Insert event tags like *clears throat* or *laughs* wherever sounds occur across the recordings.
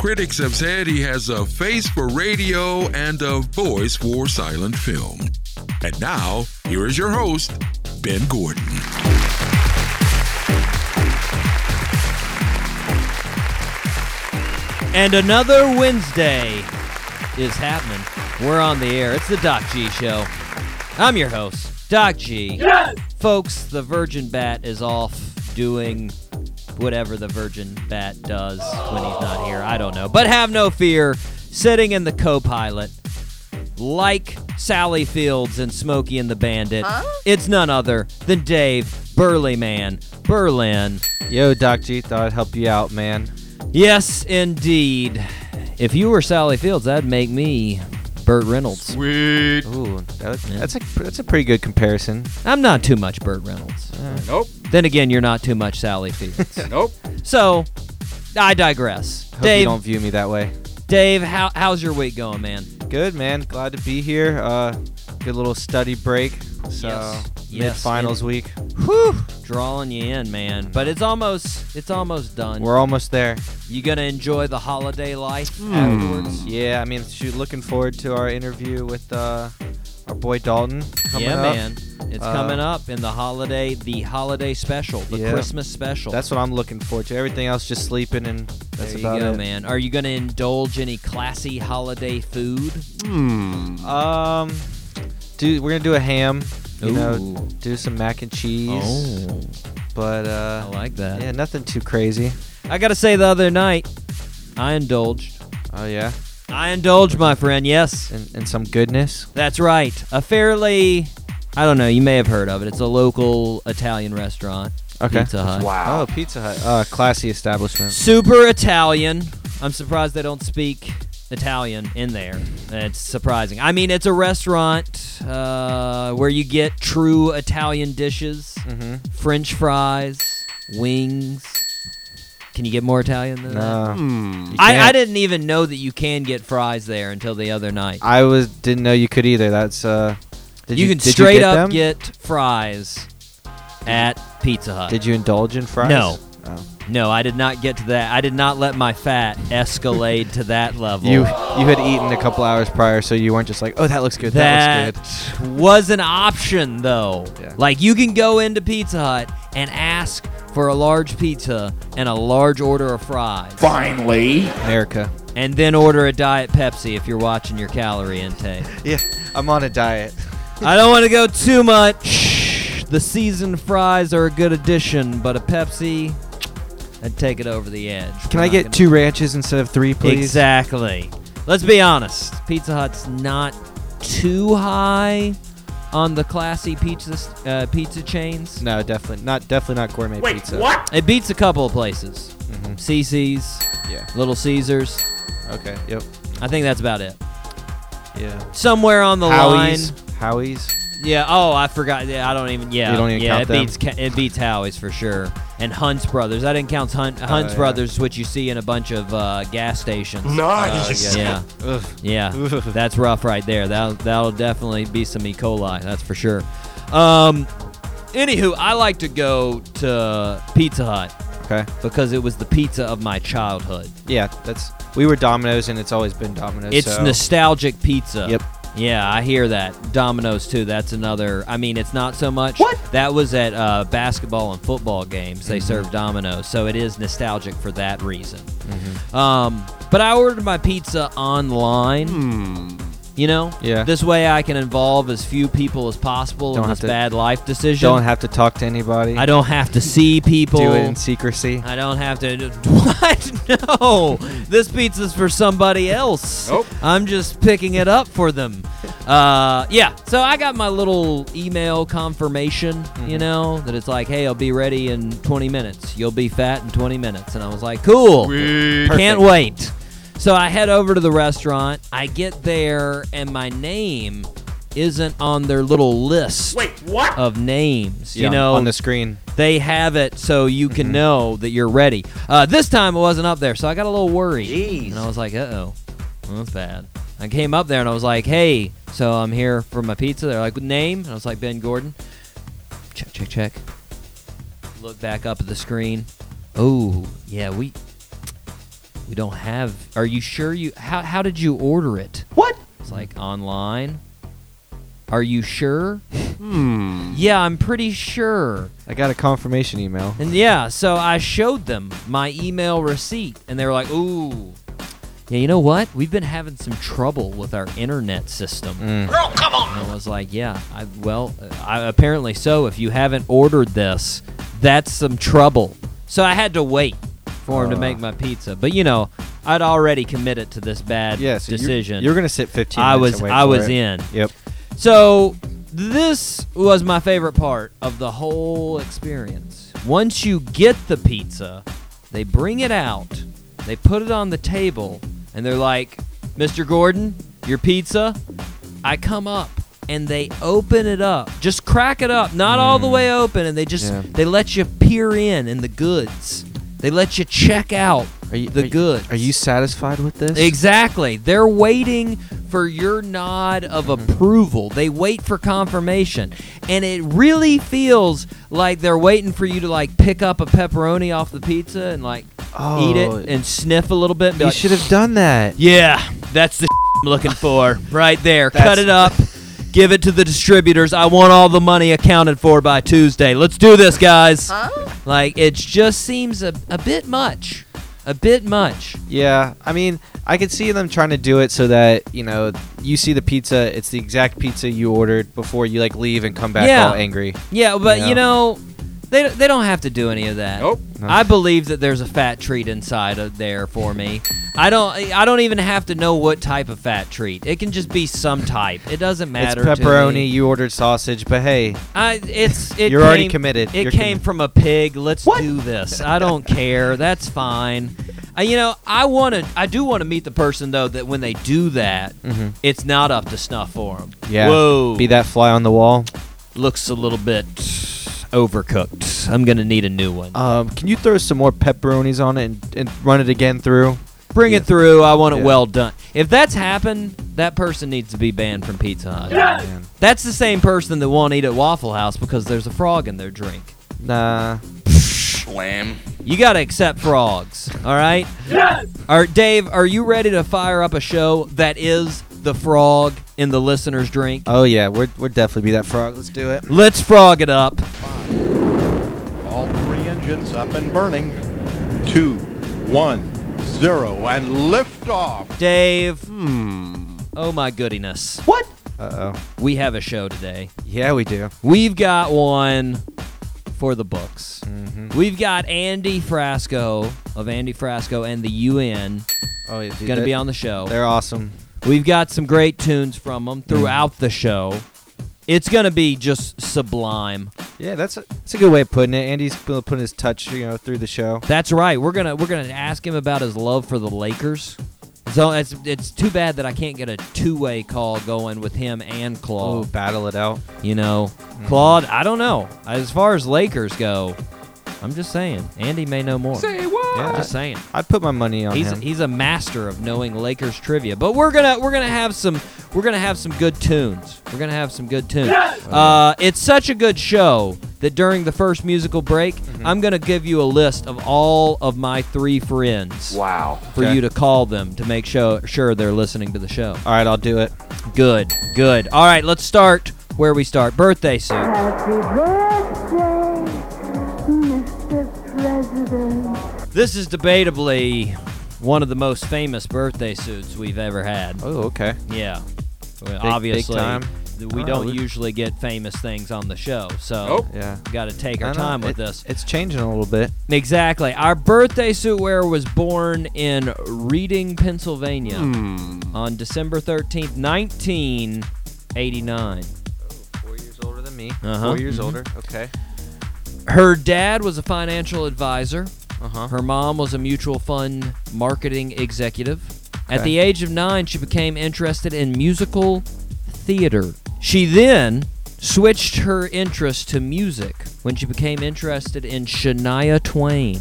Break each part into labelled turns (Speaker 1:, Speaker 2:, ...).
Speaker 1: Critics have said he has a face for radio and a voice for silent film. And now, here is your host, Ben Gordon.
Speaker 2: And another Wednesday is happening. We're on the air. It's the Doc G Show. I'm your host, Doc G. Folks, the Virgin Bat is off doing whatever the Virgin Bat does when he's not here. I don't know. But have no fear, sitting in the co pilot, like Sally Fields and Smokey and the Bandit, it's none other than Dave Burleyman Berlin.
Speaker 3: Yo, Doc G, thought I'd help you out, man.
Speaker 2: Yes, indeed. If you were Sally Fields, that'd make me Burt Reynolds.
Speaker 4: Sweet.
Speaker 3: Ooh, that was,
Speaker 2: Yeah.
Speaker 3: that's a that's a pretty good comparison.
Speaker 2: I'm not too much Burt Reynolds. Uh,
Speaker 4: Nope.
Speaker 2: Then again, you're not too much Sally
Speaker 3: *laughs*
Speaker 2: Fields.
Speaker 4: Nope.
Speaker 2: so, I digress.
Speaker 3: Hope you
Speaker 2: Dave,
Speaker 3: don't view me that way.
Speaker 2: Dave, how, how's your week going, man?
Speaker 3: Good, man. Glad to be here. Uh, good little study break. So
Speaker 2: Yes.
Speaker 3: mid
Speaker 2: Yes,
Speaker 3: finals week.
Speaker 2: Whew, drawing you in, man. But it's almost it's almost done.
Speaker 3: We're Hmm. almost there.
Speaker 2: you gonna enjoy the holiday life afterwards?
Speaker 3: Yeah, I mean, shoot, looking forward to our interview with uh, our boy Dalton. Coming
Speaker 2: yeah,
Speaker 3: up.
Speaker 2: man. It's
Speaker 3: Uh,
Speaker 2: coming up in the holiday, the holiday special, the
Speaker 3: Yeah.
Speaker 2: Christmas special.
Speaker 3: That's what I'm looking forward to. Everything else, just sleeping and that's
Speaker 2: there you
Speaker 3: about
Speaker 2: go,
Speaker 3: it.
Speaker 2: man. Are you going to indulge any classy holiday food?
Speaker 4: Hmm.
Speaker 3: Um, do we're gonna do a ham. You know,
Speaker 2: Ooh. Oh.
Speaker 3: do some mac and cheese. But
Speaker 2: I
Speaker 3: uh,
Speaker 2: like that.
Speaker 3: Oh. yeah, nothing too crazy.
Speaker 2: I got to say, the other night, I indulged.
Speaker 3: Oh yeah,
Speaker 2: I indulged, my friend. Yes,
Speaker 3: and, and some goodness.
Speaker 2: that's right. A fairly, I don't know, you may have heard of it. It's a local Italian restaurant.
Speaker 3: Okay.
Speaker 2: Pizza Hut.
Speaker 3: Oh, Pizza Hut, uh, classy establishment.
Speaker 2: Super Italian. I'm surprised they don't speak Italian in there. It's surprising. I mean, it's a restaurant uh, where you get true Italian dishes.
Speaker 3: Mm-hmm.
Speaker 2: French fries, wings. Can you get more Italian than that?
Speaker 3: No,
Speaker 4: Hmm.
Speaker 3: you
Speaker 2: I, I
Speaker 3: can't.
Speaker 2: didn't even know that you can get fries there until the other night.
Speaker 3: I was didn't know you could either. That's uh, did
Speaker 2: you,
Speaker 3: you,
Speaker 2: can
Speaker 3: did you
Speaker 2: straight
Speaker 3: get
Speaker 2: up
Speaker 3: them?
Speaker 2: get fries at Pizza Hut.
Speaker 3: Did you indulge in fries?
Speaker 2: No.
Speaker 3: Oh.
Speaker 2: no, I did not get to that. I did not let my fat escalade to that level.
Speaker 3: You you had eaten a couple hours prior, so you weren't just like, oh, that looks good. That,
Speaker 2: that
Speaker 3: looks good.
Speaker 2: was an option though.
Speaker 3: Yeah.
Speaker 2: Like you can go into Pizza Hut and ask for a large pizza and a large order of fries.
Speaker 4: Finally.
Speaker 3: America.
Speaker 2: And then order a Diet Pepsi if you're watching your calorie intake. *laughs*
Speaker 3: Yeah, I'm on a diet.
Speaker 2: I don't want to go too much. The seasoned fries are a good addition, but a Pepsi, I'd take it over the edge.
Speaker 3: Can
Speaker 2: We're
Speaker 3: I
Speaker 2: not
Speaker 3: get
Speaker 2: gonna-
Speaker 3: two ranches instead of three, please?
Speaker 2: Exactly. Let's be honest. Pizza Hut's not too high on the classy pizza uh, pizza chains.
Speaker 3: No, definitely not. Definitely not gourmet pizza.
Speaker 2: It beats a couple of places.
Speaker 3: Mm-hmm.
Speaker 2: CC's,
Speaker 3: Yeah.
Speaker 2: Little Caesars.
Speaker 3: Okay. Yep.
Speaker 2: I think that's about it.
Speaker 3: Yeah.
Speaker 2: Somewhere on the line.
Speaker 3: Howie's. Howie's.
Speaker 2: Yeah. Oh, I forgot. Yeah, I don't even. Yeah.
Speaker 3: You don't even
Speaker 2: yeah,
Speaker 3: count
Speaker 2: it
Speaker 3: them?
Speaker 2: beats Ca- it beats Howie's for sure. And Hunt's Brothers. I didn't count Hunt, Hunt's
Speaker 3: Oh, yeah.
Speaker 2: Brothers, which you see in a bunch of uh, gas stations.
Speaker 4: Nice.
Speaker 2: Yeah.
Speaker 3: Uh, Ugh. *laughs*
Speaker 2: Yeah.
Speaker 3: Ugh.
Speaker 2: that's rough right there. That'll that'll definitely be some E. coli. That's for sure. Um. Anywho, I like to go to Pizza Hut
Speaker 3: Okay.
Speaker 2: because it was the pizza of my childhood.
Speaker 3: Yeah, that's we were Domino's, and it's always been Domino's.
Speaker 2: It's
Speaker 3: so.
Speaker 2: nostalgic pizza.
Speaker 3: Yep.
Speaker 2: Yeah, I hear that. Domino's too. That's another. I mean, it's not so much. What? That was at uh, basketball and football games.
Speaker 3: Mm-hmm.
Speaker 2: They serve Domino's, so it is nostalgic for that reason.
Speaker 3: Mm-hmm.
Speaker 2: Um, but I ordered my pizza online.
Speaker 4: Hmm.
Speaker 2: You know.
Speaker 3: Yeah.
Speaker 2: This way, I can involve as few people as possible
Speaker 3: Don't
Speaker 2: in
Speaker 3: have
Speaker 2: this
Speaker 3: to-
Speaker 2: bad life decision.
Speaker 3: Don't have to talk to anybody.
Speaker 2: I don't have to see people.
Speaker 3: do it in secrecy.
Speaker 2: I don't have to. *laughs* What? No, this pizza's for somebody else.
Speaker 4: Nope.
Speaker 2: I'm just picking it up for them. Uh, yeah. So I got my little email confirmation.
Speaker 3: Mm-hmm.
Speaker 2: You know that it's like, hey, I'll be ready in 20 minutes. You'll be fat in 20 minutes, and I was like, cool.
Speaker 4: Sweet.
Speaker 2: Can't wait. So I head over to the restaurant. I get there, and my name isn't on their little list
Speaker 4: what?
Speaker 2: of names.
Speaker 3: Yeah,
Speaker 2: you know,
Speaker 3: on the screen.
Speaker 2: they have it so you can
Speaker 4: Mm-hmm.
Speaker 2: know that you're ready. Uh, this time it wasn't up there, so I got a little worried.
Speaker 3: Jeez.
Speaker 2: And I was like, uh oh, well, that's bad. I came up there and I was like, hey, so I'm here for my pizza. They're like, name? And I was like, Ben Gordon. Check, check, check. Look back up at the screen. Oh, yeah, we We don't have. Are you sure you? How how did you order it?
Speaker 4: What?
Speaker 2: It's like online. Are you sure?
Speaker 4: Hmm.
Speaker 2: Yeah, I'm pretty sure.
Speaker 3: I got a confirmation email.
Speaker 2: And yeah, so I showed them my email receipt, and they were like, "Ooh, yeah, you know what? We've been having some trouble with our internet system."
Speaker 3: Mm.
Speaker 2: And I was like, "Yeah, I, well, I, apparently so. If you haven't ordered this, that's some trouble." So I had to wait for him to
Speaker 3: Uh.
Speaker 2: make my pizza, but you know, I'd already committed to this bad
Speaker 3: Yeah, so you're-
Speaker 2: decision.
Speaker 3: You're, gonna sit 15.
Speaker 2: I
Speaker 3: minutes
Speaker 2: was
Speaker 3: and wait
Speaker 2: I
Speaker 3: for
Speaker 2: was
Speaker 3: it.
Speaker 2: in.
Speaker 3: Yep.
Speaker 2: So this was my favorite part of the whole experience. Once you get the pizza, they bring it out, they put it on the table, and they're like, "Mr. Gordon, your pizza." I come up and they open it up. Just crack it up, not all the way open, and they just
Speaker 3: Mm. Yeah.
Speaker 2: they let you peer in in the goods. They let you check out
Speaker 3: Are you
Speaker 2: the
Speaker 3: are you-
Speaker 2: goods.
Speaker 3: Are you satisfied with this?
Speaker 2: Exactly. They're waiting for your nod of approval. They wait for confirmation. And it really feels like they're waiting for you to like pick up a pepperoni off the pizza and like eat
Speaker 3: Oh.
Speaker 2: it and sniff a little bit and be
Speaker 3: You
Speaker 2: like,
Speaker 3: should have done that.
Speaker 2: Yeah, that's the *laughs* I'm looking for. Right there. Cut
Speaker 3: That's-
Speaker 2: it up. Give it to the distributors. I want all the money accounted for by Tuesday. Let's do this, guys. Like it just seems a, a bit much. A bit much.
Speaker 3: Yeah, I mean, I could see them trying to do it so that you know you see the pizza, it's the exact pizza you ordered before you like leave and come back
Speaker 2: Yeah.
Speaker 3: all angry.
Speaker 2: Yeah, but you
Speaker 3: Yeah.
Speaker 2: know, they they don't have to do any of that.
Speaker 1: Nope.
Speaker 3: No.
Speaker 2: I believe that there's a fat treat inside of there for me. I don't I don't even have to know what type of fat treat. It can just be some type. It doesn't matter.
Speaker 3: it's
Speaker 2: to me.
Speaker 3: pepperoni. You ordered sausage, but hey,
Speaker 2: I it's it
Speaker 3: You're already
Speaker 2: came-
Speaker 3: committed.
Speaker 2: It
Speaker 3: You're
Speaker 2: came
Speaker 3: commi-
Speaker 2: from a pig. Let's do this. I don't care. That's fine. Uh, you know, I want to. I do want to meet the person though that when they do that,
Speaker 3: Mhm.
Speaker 2: it's not up to snuff for them.
Speaker 3: yeah,
Speaker 2: Whoa.
Speaker 3: be that fly on the wall.
Speaker 2: looks a little bit overcooked. I'm gonna need a new one.
Speaker 3: Um, can you throw some more pepperonis on it and, and run it again through?
Speaker 2: Bring it
Speaker 3: yeah.
Speaker 2: through. I want it
Speaker 3: Yeah.
Speaker 2: well done. If that's happened, that person needs to be banned from Pizza Hut.
Speaker 3: Man.
Speaker 2: That's the same person that won't eat at Waffle House because there's a frog in their drink.
Speaker 3: Nah.
Speaker 5: Slam.
Speaker 2: You gotta accept frogs, all right? Yes. All right, Dave. Are you ready to fire up a show that is the frog in the listener's drink?
Speaker 3: Oh yeah, we're we're definitely be that frog. Let's do it.
Speaker 2: Let's frog it up.
Speaker 6: All three engines up and burning. Two, one, zero, and liftoff.
Speaker 2: Dave.
Speaker 4: Hmm.
Speaker 2: Oh my goodiness.
Speaker 3: Uh oh.
Speaker 2: We have a show today.
Speaker 3: Yeah, we do.
Speaker 2: We've got one for the books.
Speaker 3: Mm-hmm.
Speaker 2: We've got Andy Frasco of Andy Frasco and the UN
Speaker 3: Oh, yeah, dude,
Speaker 2: going to
Speaker 3: they-
Speaker 2: be on the show.
Speaker 3: They're awesome.
Speaker 2: We've got some great tunes from them throughout the show. It's going to be just sublime.
Speaker 3: Yeah, that's a, that's a good way of putting it. Andy's been putting his touch, you know, through the show.
Speaker 2: That's right. We're gonna we're gonna ask him about his love for the Lakers. So it's it's too bad that I can't get a two way call going with him and
Speaker 3: Oh,
Speaker 2: Claude.
Speaker 3: battle it out.
Speaker 2: You know, Claude. I don't know. As far as Lakers go, I'm just saying. Andy may know more. I'm
Speaker 3: Yeah,
Speaker 2: just saying.
Speaker 3: I'd put my money on
Speaker 2: He's
Speaker 3: him.
Speaker 2: he's a master of knowing Lakers trivia. But we're gonna we're gonna have some we're gonna have some good tunes. We're gonna have some good tunes. Uh, it's such a good show that during the first musical break, I'm gonna give you a list of all of my three friends
Speaker 4: Wow.
Speaker 2: for
Speaker 3: Okay.
Speaker 2: you to call them to make sure sure they're listening to the show.
Speaker 3: All right, I'll do it.
Speaker 2: Good, good. All right, let's start where we start. Birthday suit.
Speaker 7: Happy birthday, Mr. President.
Speaker 2: This is debatably one of the most famous birthday suits we've ever had.
Speaker 3: Oh, okay.
Speaker 2: Yeah. Well,
Speaker 3: big
Speaker 2: obviously,
Speaker 3: time.
Speaker 2: th- we
Speaker 3: Oh,
Speaker 2: don't
Speaker 3: we-
Speaker 2: usually get famous things on the show, so
Speaker 1: Nope.
Speaker 3: Yeah.
Speaker 2: got to take our
Speaker 3: I know,
Speaker 2: time with
Speaker 3: it-
Speaker 2: this.
Speaker 3: It's changing a little bit.
Speaker 2: Exactly. Our birthday suit wearer was born in Reading, Pennsylvania
Speaker 4: Hmm.
Speaker 2: on December 13th, 1989.
Speaker 3: Four years older than me.
Speaker 2: Uh-huh.
Speaker 3: Four years
Speaker 2: Mhm.
Speaker 3: older. Okay.
Speaker 2: Her dad was a financial advisor.
Speaker 3: Uh huh.
Speaker 2: Her mom was a mutual fund marketing executive. At
Speaker 3: Okay.
Speaker 2: the age of nine, she became interested in musical theater. She then switched her interest to music when she became interested in Shania Twain.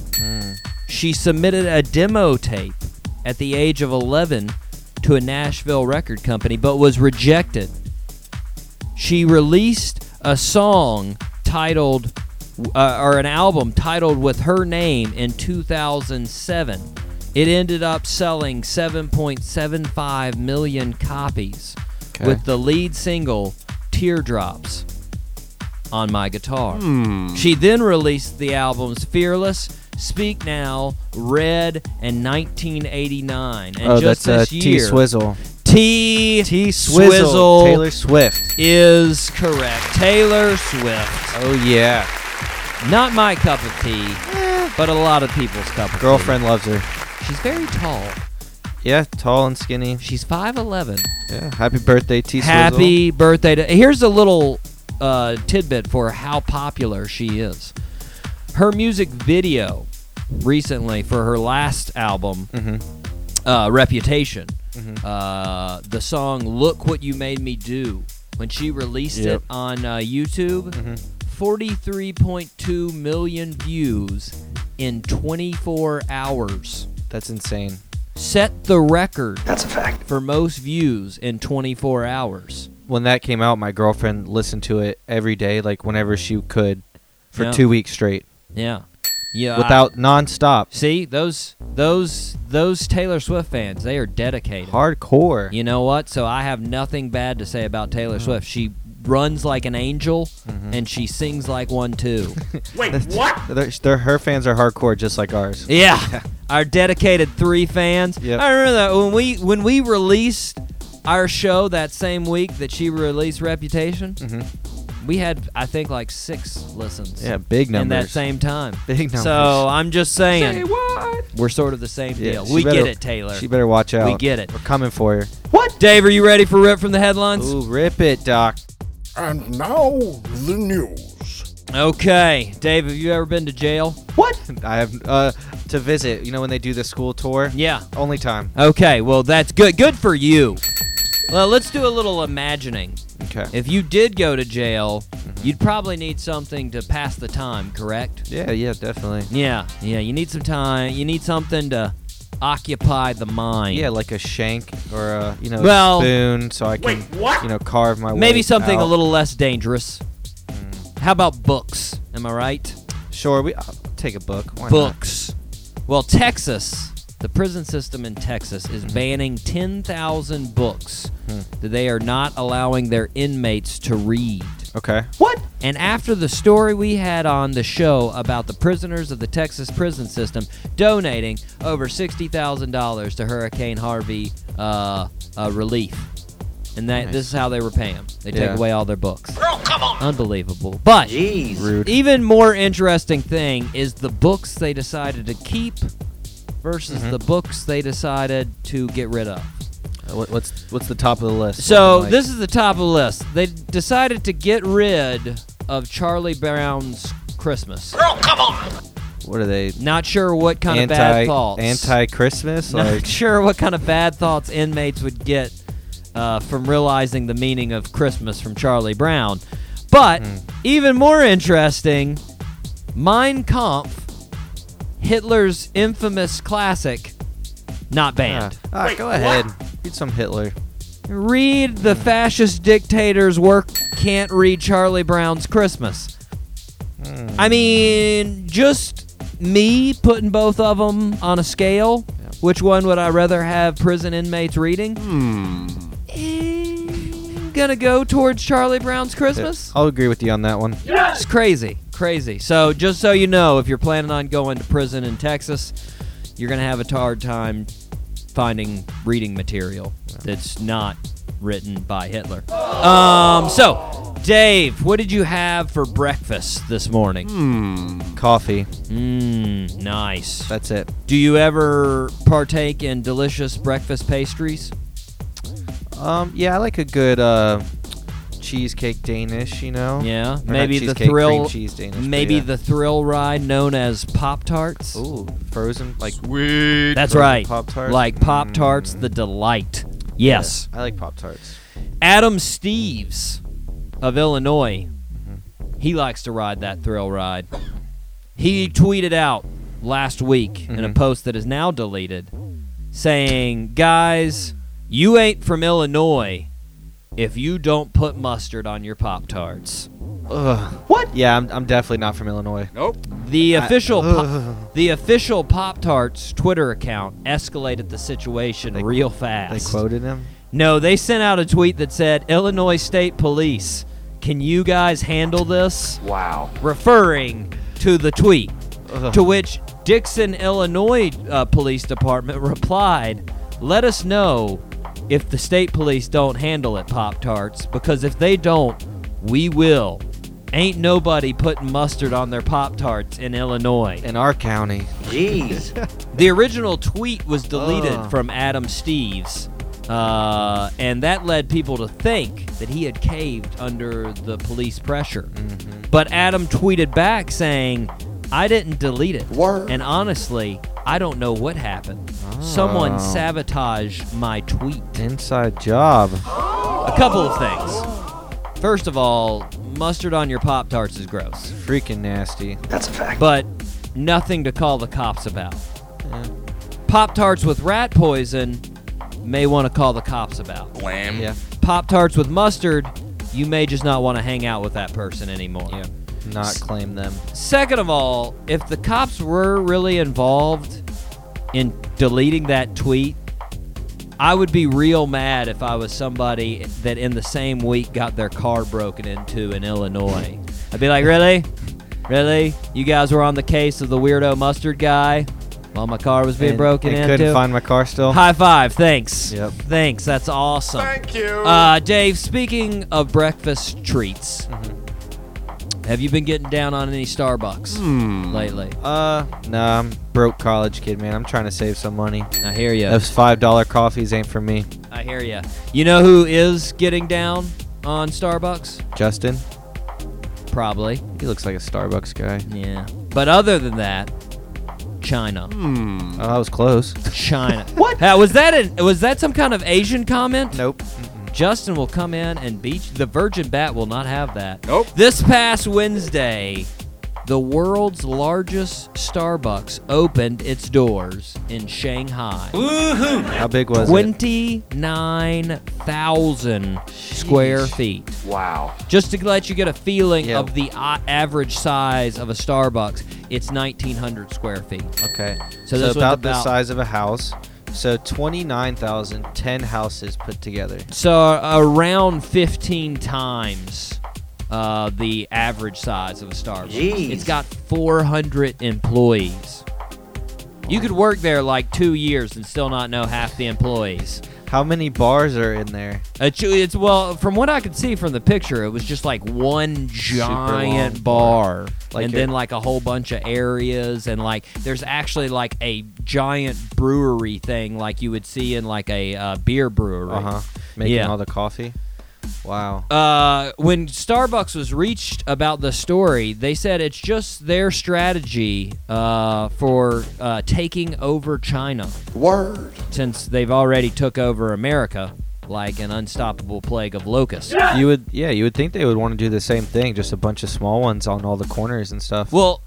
Speaker 2: She submitted a demo tape at the age of 11 to a Nashville record company but was rejected. She released a song titled uh, or an album titled with her name in 2007 It ended up selling 7.75 million copies with the lead single Teardrops on My Guitar.
Speaker 3: Hmm.
Speaker 2: She then released the albums Fearless, Speak Now, Red, and 1989. And
Speaker 3: oh,
Speaker 2: just
Speaker 3: that's uh,
Speaker 2: this
Speaker 3: T
Speaker 2: year,
Speaker 3: Swizzle.
Speaker 2: T.
Speaker 3: T
Speaker 2: Swizzle.
Speaker 3: Swizzle. Taylor Swift.
Speaker 2: is correct. Taylor Swift.
Speaker 3: Oh yeah,
Speaker 2: Not my cup of tea, but a lot of people's cup of
Speaker 3: Eh. girlfriend loves her.
Speaker 2: tea. She's very tall.
Speaker 3: Yeah, tall and skinny.
Speaker 2: She's 5'11.
Speaker 3: Yeah, happy birthday, T Swizzle.
Speaker 2: Happy birthday to. Here's a little uh, tidbit for how popular she is. Her music video recently for her last album,
Speaker 3: Mm-hmm.
Speaker 2: uh, Reputation, uh, the song Look What You Made Me Do, when she released
Speaker 3: Yep. Mm-hmm.
Speaker 2: it on uh, YouTube, 43.2 million views in 24 hours
Speaker 3: That's insane.
Speaker 2: set the record. That's a fact. For most views in 24 hours.
Speaker 3: When that came out, my girlfriend listened to it every day, like whenever she could, for
Speaker 2: Yeah. Uh,
Speaker 3: two weeks straight,
Speaker 2: Yeah. Yeah. I-
Speaker 3: without nonstop,
Speaker 2: see those those those Taylor Swift fans, they are dedicated.
Speaker 3: hardcore.
Speaker 2: You know what? So I have nothing bad to say about Taylor
Speaker 3: Mm-hmm.
Speaker 2: Swift. She runs like an angel and she sings like one
Speaker 3: *laughs*
Speaker 2: too.
Speaker 3: They're, they're- her fans are hardcore, just like ours.
Speaker 2: Yeah. Our dedicated three fans.
Speaker 3: Yep.
Speaker 2: I remember that when we when we released our show that same week that she released Reputation, we had I think like six listens.
Speaker 3: Mm-hmm. Yeah, big numbers.
Speaker 2: In that same time.
Speaker 3: *laughs* Big numbers.
Speaker 2: So I'm just saying we're sort of the same
Speaker 3: Yeah,
Speaker 2: deal.
Speaker 3: she
Speaker 2: we get
Speaker 3: better-
Speaker 2: it, Taylor.
Speaker 3: She better watch out.
Speaker 2: We get it.
Speaker 3: We're coming for
Speaker 2: *laughs*
Speaker 3: her.
Speaker 2: Dave, are you ready for Rip from the headlines?
Speaker 3: Ooh, rip it, Doc.
Speaker 5: And now the news.
Speaker 2: Okay. Dave, have you ever been to jail?
Speaker 3: What? *laughs* I have uh to visit. You know when they do the school tour?
Speaker 2: Yeah.
Speaker 3: Only time.
Speaker 2: Okay, well that's good. Good for you. Well, let's do a little imagining.
Speaker 3: Okay.
Speaker 2: If you did go to jail,
Speaker 3: Mm-hmm.
Speaker 2: you'd probably need something to pass the time, correct?
Speaker 3: yeah, yeah, definitely.
Speaker 2: Yeah, yeah, you need some time. You need something to occupy the mind.
Speaker 3: Yeah, like a shank or a you know
Speaker 2: Well-
Speaker 3: spoon, so I can you know carve my
Speaker 2: Maybe
Speaker 3: way
Speaker 2: something a
Speaker 3: out.
Speaker 2: little less dangerous.
Speaker 3: Mm.
Speaker 2: How about books? Am I right?
Speaker 3: Sure, we I'll take a book. Why not?
Speaker 2: Books. Well, Texas, the prison system in Texas is
Speaker 3: Mm-hmm.
Speaker 2: banning 10,000 books
Speaker 3: Hmm.
Speaker 2: that they are not allowing their inmates to read.
Speaker 3: Okay.
Speaker 2: And after the story we had on the show about the prisoners of the Texas prison system donating over $60,000 to Hurricane Harvey uh, uh, relief. And that, this is how they were paying. 'em. They take
Speaker 3: Yeah.
Speaker 2: away all their books. Unbelievable. But
Speaker 3: Rude.
Speaker 2: even more interesting thing is the books they decided to keep versus
Speaker 3: Mm-hmm.
Speaker 2: the books they decided to get rid of.
Speaker 3: Uh, what- what's what's the top of the list?
Speaker 2: So
Speaker 3: Something like-
Speaker 2: this is the top of the list. They decided to get rid of Charlie Brown's Christmas.
Speaker 3: what are they?
Speaker 2: Not sure what kind
Speaker 3: anti
Speaker 2: of bad thoughts.
Speaker 3: anti Christmas?
Speaker 2: Not *laughs*
Speaker 3: Like
Speaker 2: sure what kind of bad thoughts inmates would get uh, from realizing the meaning of Christmas from Charlie Brown. But
Speaker 3: Hmm.
Speaker 2: even more interesting, Mein Kampf, Hitler's infamous classic, not
Speaker 3: ah,
Speaker 2: banned.
Speaker 3: ah, go ahead. Read some Hitler.
Speaker 2: Read the fascist dictator's work, can't read Charlie Brown's Christmas. I mean, just me putting both of them on a scale, which one would I rather have prison inmates reading? Eh, Gonna go towards Charlie Brown's Christmas?
Speaker 3: I'll agree with you on that one.
Speaker 2: It's crazy, crazy. So, just so you know, if you're planning on going to prison in Texas, you're gonna have a hard time finding reading material that's not written by Hitler. Um, so, Dave, what did you have for breakfast this
Speaker 3: Hmm.
Speaker 2: morning?
Speaker 3: Coffee.
Speaker 2: Mmm, nice.
Speaker 3: That's it.
Speaker 2: Do you ever partake in delicious breakfast pastries?
Speaker 3: Um, yeah, I like a good uh, cheesecake Danish. You know.
Speaker 2: Yeah,
Speaker 3: Or not
Speaker 2: maybe the
Speaker 3: cheesecake, cream
Speaker 2: thrill,
Speaker 3: cheese Danish, but
Speaker 2: maybe
Speaker 3: yeah.
Speaker 2: the thrill ride known as Pop Tarts.
Speaker 3: Ooh, frozen like
Speaker 4: Sweet.
Speaker 2: That's
Speaker 3: Frozen
Speaker 2: right.
Speaker 3: Pop-Tarts?
Speaker 2: Like
Speaker 3: Mm.
Speaker 2: Pop Tarts, the delight. Yes.
Speaker 3: I like Pop Tarts.
Speaker 2: Adam Steves of Illinois,
Speaker 3: Mm-hmm.
Speaker 2: he likes to ride that thrill ride. He tweeted out last week in
Speaker 3: Mm-hmm.
Speaker 2: a post that is now deleted saying, Guys, you ain't from Illinois if you don't put mustard on your Pop Tarts.
Speaker 3: Ugh.
Speaker 2: What?
Speaker 3: Yeah, I'm, I'm definitely not from Illinois.
Speaker 4: Nope.
Speaker 2: The official
Speaker 3: I- *laughs*
Speaker 2: Pop- the official Pop Tarts Twitter account escalated the situation
Speaker 3: They-
Speaker 2: real
Speaker 3: They
Speaker 2: fast.
Speaker 3: quoted him.
Speaker 2: No, they sent out a tweet that said, "Illinois State Police, can you guys handle this?"
Speaker 4: Wow.
Speaker 2: referring to the tweet.
Speaker 3: Ugh.
Speaker 2: To which Dixon, Illinois uh, Police Department replied, Let us know if the state police don't handle it, Pop Tarts, because if they don't, we will. Ain't nobody putting mustard on their Pop Tarts in Illinois.
Speaker 3: In our county.
Speaker 2: The original tweet was deleted
Speaker 3: Ugh.
Speaker 2: from Adam Steves, uh, and that led people to think that he had caved under the police pressure. But Adam tweeted back saying, I didn't delete it.
Speaker 5: Word.
Speaker 2: And honestly, I don't know what happened. Someone sabotaged my tweet.
Speaker 3: Inside job.
Speaker 2: A couple of things. First of all, mustard on your Pop Tarts is gross,
Speaker 3: Freaking nasty.
Speaker 2: but nothing to call the cops about. Pop Tarts with rat poison may want to call the cops about.
Speaker 1: Blam.
Speaker 3: Yeah.
Speaker 2: Pop Tarts with mustard, you may just not want to hang out with that person anymore.
Speaker 3: Yeah. Not claim them.
Speaker 2: Second of all, if the cops were really involved in deleting that tweet, I would be real mad if I was somebody that in the same week got their car broken into in Illinois. I'd be like, really? Really? You guys were on the case of the weirdo mustard guy while my car was being
Speaker 3: And-
Speaker 2: broken
Speaker 3: and
Speaker 2: into?
Speaker 3: couldn't find my car still.
Speaker 2: High five. Thanks.
Speaker 3: Yep.
Speaker 2: Thanks. That's awesome.
Speaker 6: Thank you.
Speaker 2: Uh, Dave, speaking of breakfast treats, have you been getting down on any Starbucks lately?
Speaker 3: Uh, nah, I'm broke college kid, man. I'm trying to save some money.
Speaker 2: I hear you.
Speaker 3: Those five dollar coffees ain't for me.
Speaker 2: I hear you. You know who is getting down on Starbucks?
Speaker 3: Justin,
Speaker 2: Probably.
Speaker 3: he looks like a Starbucks guy.
Speaker 2: Yeah. But other than that, China.
Speaker 3: Oh, that was close.
Speaker 2: China. *laughs* what? was that? An, was that some kind of Asian comment?
Speaker 3: Nope.
Speaker 2: Justin will come in and beat the Virgin Bat will not have that.
Speaker 4: Nope.
Speaker 2: This past Wednesday, the world's largest Starbucks opened its doors in Shanghai.
Speaker 3: How big was it?
Speaker 2: 29,000 square feet.
Speaker 4: Wow.
Speaker 2: Just to let you get a feeling
Speaker 3: Yeah.
Speaker 2: of the uh, average size of a Starbucks, it's 1,900 square feet.
Speaker 3: Okay.
Speaker 2: So
Speaker 3: So,
Speaker 2: this was
Speaker 3: about,
Speaker 2: about-
Speaker 3: the size of a house. So 29,010 houses put together.
Speaker 2: So around 15 times uh, the average size of a Starbucks. It's got 400 employees. You could work there like two years and still not know half the employees.
Speaker 3: How many bars are in there?
Speaker 2: It's, it's well, from what I could see from the picture, it was just like one giant bar,
Speaker 3: Like
Speaker 2: and
Speaker 3: a-
Speaker 2: then like a whole bunch of areas, and like there's actually like a giant brewery thing, like you would see in like a uh, beer brewery.
Speaker 3: Uh huh. Making
Speaker 2: Yeah.
Speaker 3: all the coffee. Wow.
Speaker 2: uh, when Starbucks was reached about the story, they said it's just their strategy uh, for uh, taking over China
Speaker 5: Word.
Speaker 2: since they've already took over America like an unstoppable plague of locusts.
Speaker 3: You would, yeah, you would think they would want to do the same thing, just a bunch of small ones on all the corners and stuff.
Speaker 2: Well,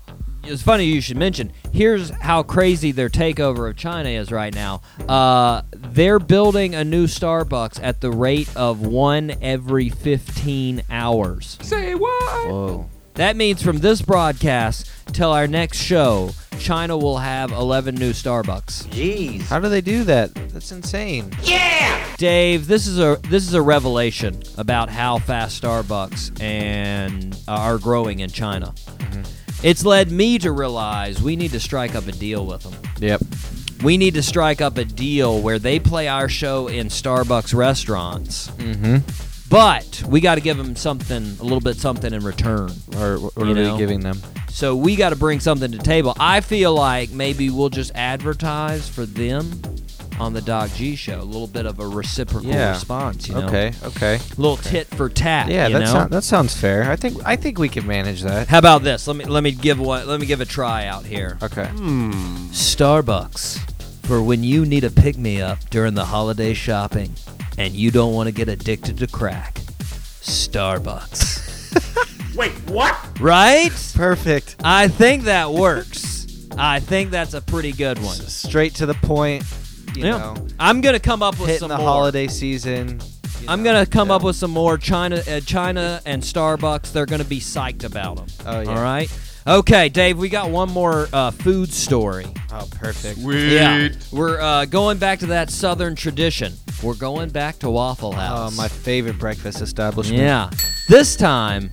Speaker 2: it's funny you should mention. Here's how crazy their takeover of China is right now. Uh, they're building a new Starbucks at the rate of one every 15 hours.
Speaker 3: Whoa.
Speaker 2: That means from this broadcast till our next show, China will have 11 new Starbucks.
Speaker 3: How do they do that? That's insane.
Speaker 2: Dave, this is a this is a revelation about how fast Starbucks and uh, are growing in China. It's led me to realize we need to strike up a deal with them.
Speaker 3: Yep.
Speaker 2: We need to strike up a deal where they play our show in Starbucks restaurants.
Speaker 3: Mm-hmm.
Speaker 2: But we got to give them something, a little bit something in return.
Speaker 3: Or what
Speaker 2: You
Speaker 3: are
Speaker 2: know?
Speaker 3: we giving them?
Speaker 2: So we got to bring something to the table. I feel like maybe we'll just advertise for them on the Doc G show. A little bit of a reciprocal
Speaker 3: Yeah.
Speaker 2: response, you know.
Speaker 3: Okay. Okay.
Speaker 2: Little tit for tat.
Speaker 3: Yeah,
Speaker 2: you
Speaker 3: that
Speaker 2: know?
Speaker 3: sound, that sounds fair. I think I think we can manage that.
Speaker 2: How about this? Let me let me give one. Let me give a try out here.
Speaker 3: Okay.
Speaker 2: Starbucks for when you need a pick me up during the holiday shopping and you don't want to get addicted to crack. Starbucks. *laughs* Wait, what? Right?
Speaker 3: Perfect.
Speaker 2: I think that works. I think that's a pretty good one.
Speaker 3: Straight to the point. You know,
Speaker 2: I'm gonna come up with
Speaker 3: hitting
Speaker 2: some
Speaker 3: the
Speaker 2: more.
Speaker 3: holiday season. you
Speaker 2: I'm
Speaker 3: know,
Speaker 2: gonna come
Speaker 3: so.
Speaker 2: up with some more China, uh, China and Starbucks. They're gonna be psyched about them.
Speaker 3: Oh, yeah.
Speaker 2: All right. Okay, Dave. We got one more uh, food story.
Speaker 3: Oh, perfect.
Speaker 4: Sweet.
Speaker 2: Yeah, we're uh, going back to that Southern tradition. We're going back to Waffle
Speaker 3: Oh,
Speaker 2: House.
Speaker 3: my favorite breakfast establishment.
Speaker 2: Yeah. This time,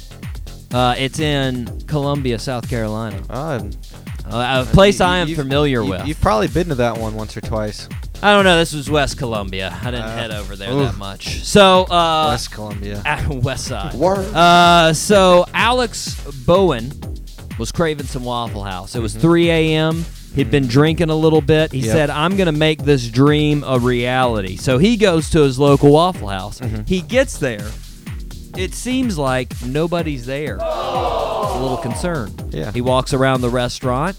Speaker 2: uh, it's in Columbia, South Carolina,
Speaker 3: Oh,
Speaker 2: uh, a place
Speaker 3: you-
Speaker 2: I am
Speaker 3: you've-
Speaker 2: familiar
Speaker 3: you-
Speaker 2: with.
Speaker 3: You've probably been to that one once or twice.
Speaker 2: I don't know. This was West Columbia. I didn't
Speaker 3: Uh,
Speaker 2: head over there
Speaker 3: oof.
Speaker 2: that much. So uh,
Speaker 3: West Columbia.
Speaker 2: *laughs* West Side.
Speaker 6: Word.
Speaker 2: Uh, so Alex Bowen was craving some Waffle House. It was 3 a.m. He'd been drinking a little bit. He
Speaker 3: Mm-hmm. Yep.
Speaker 2: said, "I'm gonna make this dream a reality." So he goes to his local Waffle House.
Speaker 3: Mm-hmm.
Speaker 2: He gets there. It seems like nobody's there. It's a little concerned.
Speaker 3: Yeah.
Speaker 2: He walks around the restaurant.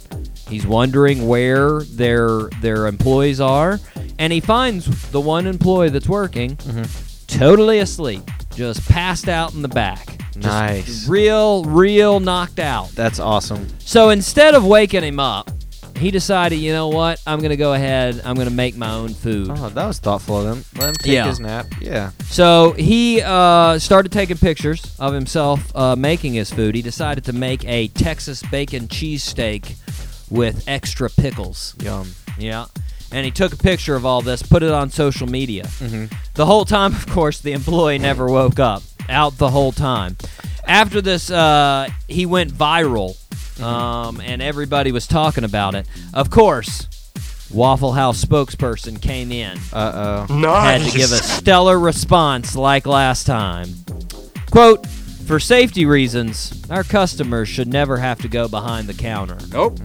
Speaker 2: He's wondering where their their employees are, and he finds the one employee that's working
Speaker 3: Mm-hmm.
Speaker 2: totally asleep, just passed out in the back. Just
Speaker 3: Nice.
Speaker 2: Real, real knocked out.
Speaker 3: That's awesome.
Speaker 2: So instead of waking him up, he decided, you know what? I'm going to go ahead. I'm going to make my own food.
Speaker 3: Oh, that was thoughtful of them. Let him take
Speaker 2: Yeah.
Speaker 3: his nap. Yeah.
Speaker 2: So he uh, started taking pictures of himself uh, making his food. He decided to make a Texas bacon cheesesteak with extra pickles.
Speaker 3: Yum.
Speaker 2: Yeah. And he took a picture of all this, put it on social media. The whole time, *laughs* of course, the employee never woke up. Out the whole time. After this, uh, he went viral, um, and everybody was talking about it. Of course, Waffle House spokesperson came in,
Speaker 3: Uh oh.
Speaker 2: had to give a stellar response like last time. Quote, for safety reasons, our customers should never have to go behind the counter.
Speaker 4: Nope.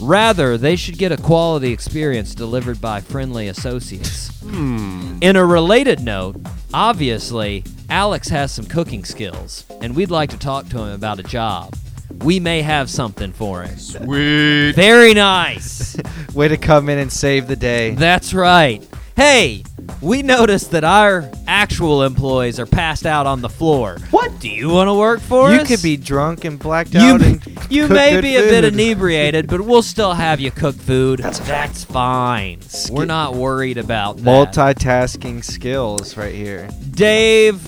Speaker 2: Rather, they should get a quality experience delivered by friendly associates.
Speaker 3: Hmm.
Speaker 2: In a related note, obviously, Alex has some cooking skills, and we'd like to talk to him about a job. We may have something for him.
Speaker 4: Sweet.
Speaker 2: Very
Speaker 3: *laughs*
Speaker 2: nice.
Speaker 3: Way to come in and save the day.
Speaker 2: That's right. Hey, we noticed that our actual employees are passed out on the floor. What? Do you want to work for
Speaker 3: You
Speaker 2: us?
Speaker 3: could be drunk and blacked
Speaker 2: You,
Speaker 3: out and
Speaker 2: you
Speaker 3: cook
Speaker 2: may
Speaker 3: good
Speaker 2: be a bit
Speaker 3: food.
Speaker 2: inebriated, but we'll still have you cook food. That's, fine. We're not worried about that.
Speaker 3: Multitasking skills right here.
Speaker 2: Dave,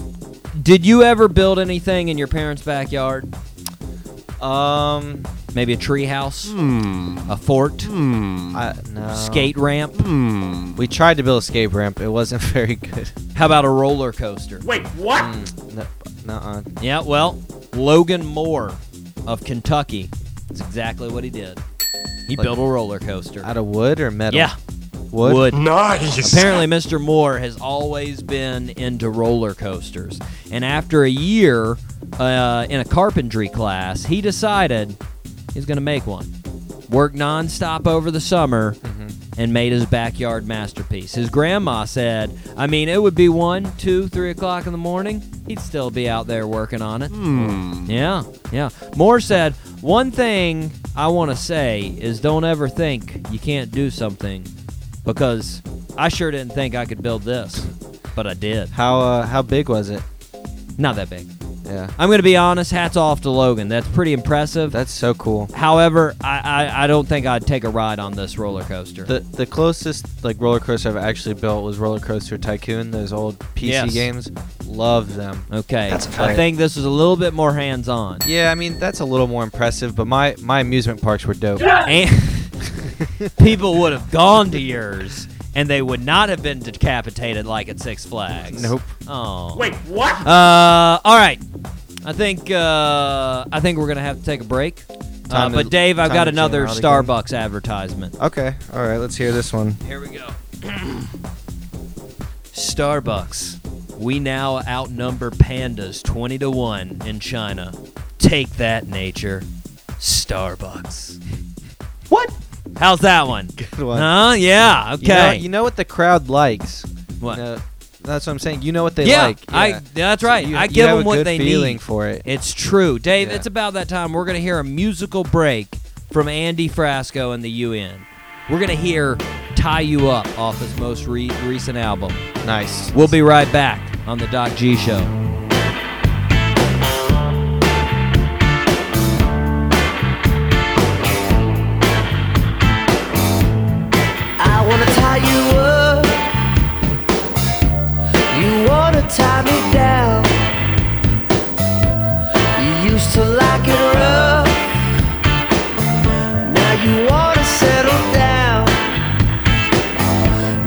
Speaker 2: did you ever build anything in your parents' backyard?
Speaker 3: Um,
Speaker 2: Maybe a tree house, a fort,
Speaker 3: I, no.
Speaker 2: skate ramp.
Speaker 3: We tried to build a skate ramp. It wasn't *laughs* very good.
Speaker 2: How about a roller coaster? Wait.
Speaker 3: Mm, No, uh, nuh-uh.
Speaker 2: Yeah, well, Logan Moore of Kentucky. That's exactly what he did. He
Speaker 3: Like-
Speaker 2: built a roller coaster.
Speaker 3: Out of wood or metal?
Speaker 2: yeah,
Speaker 3: Wood?
Speaker 5: Nice.
Speaker 2: Apparently, Mr. Moore has always been into roller coasters. And after a year uh, in a carpentry class, he decided he's going to make one. Worked nonstop over the summer and made his backyard masterpiece. His grandma said, I mean, it would be one, two, three o'clock in the morning. He'd still be out there working on it. Yeah, yeah. Moore said, One thing I want to say is don't ever think you can't do something because I sure didn't think I could build this, but I did.
Speaker 3: How uh, how big was it?
Speaker 2: Not that big.
Speaker 3: Yeah.
Speaker 2: I'm going to be honest, hats off to Logan. That's pretty impressive.
Speaker 3: That's so cool.
Speaker 2: However, I, I, I don't think I'd take a ride on this roller coaster.
Speaker 3: The the closest like roller coaster I've actually built was Roller Coaster Tycoon. Those old PC
Speaker 2: Yes.
Speaker 3: games. Love them.
Speaker 2: okay.
Speaker 3: That's
Speaker 2: I
Speaker 3: great.
Speaker 2: think this is a little bit more hands on.
Speaker 3: Yeah, I mean that's a little more impressive, but my my amusement parks were dope.
Speaker 2: And *laughs* people would have gone to yours and they would not have been decapitated like at Six Flags.
Speaker 3: Nope.
Speaker 2: Oh. Wait, what? Uh, all right. I think uh, I think we're gonna have to take a break. Uh,
Speaker 3: Time to-
Speaker 2: but Dave, I've
Speaker 3: time
Speaker 2: got
Speaker 3: to jam
Speaker 2: another
Speaker 3: out again.
Speaker 2: Starbucks advertisement.
Speaker 3: Okay. All right. Let's hear this one.
Speaker 2: Here we go. *clears throat* Starbucks. We now outnumber pandas 20 to 1 in China. Take that, nature. Starbucks. What? How's that one?
Speaker 3: *laughs* Good one.
Speaker 2: Huh? Yeah.
Speaker 3: You know, uh,
Speaker 2: Okay.
Speaker 3: you know what the crowd likes.
Speaker 2: What?
Speaker 3: You know- that's what I'm saying. You know what they
Speaker 2: yeah,
Speaker 3: like.
Speaker 2: I. That's
Speaker 3: So
Speaker 2: right.
Speaker 3: you-
Speaker 2: I
Speaker 3: you
Speaker 2: give
Speaker 3: have
Speaker 2: them
Speaker 3: a
Speaker 2: what
Speaker 3: good
Speaker 2: they
Speaker 3: feeling
Speaker 2: need.
Speaker 3: for it.
Speaker 2: It's true, Dave.
Speaker 3: Yeah.
Speaker 2: It's about that time. We're gonna hear a musical break from Andy Frasco and the UN. We're gonna hear "Tie You Up" off his most re- recent album.
Speaker 3: Nice.
Speaker 2: We'll be right back on the Doc G Show.
Speaker 8: I wanna tie you up. You wanna tie
Speaker 9: you wanna settle down.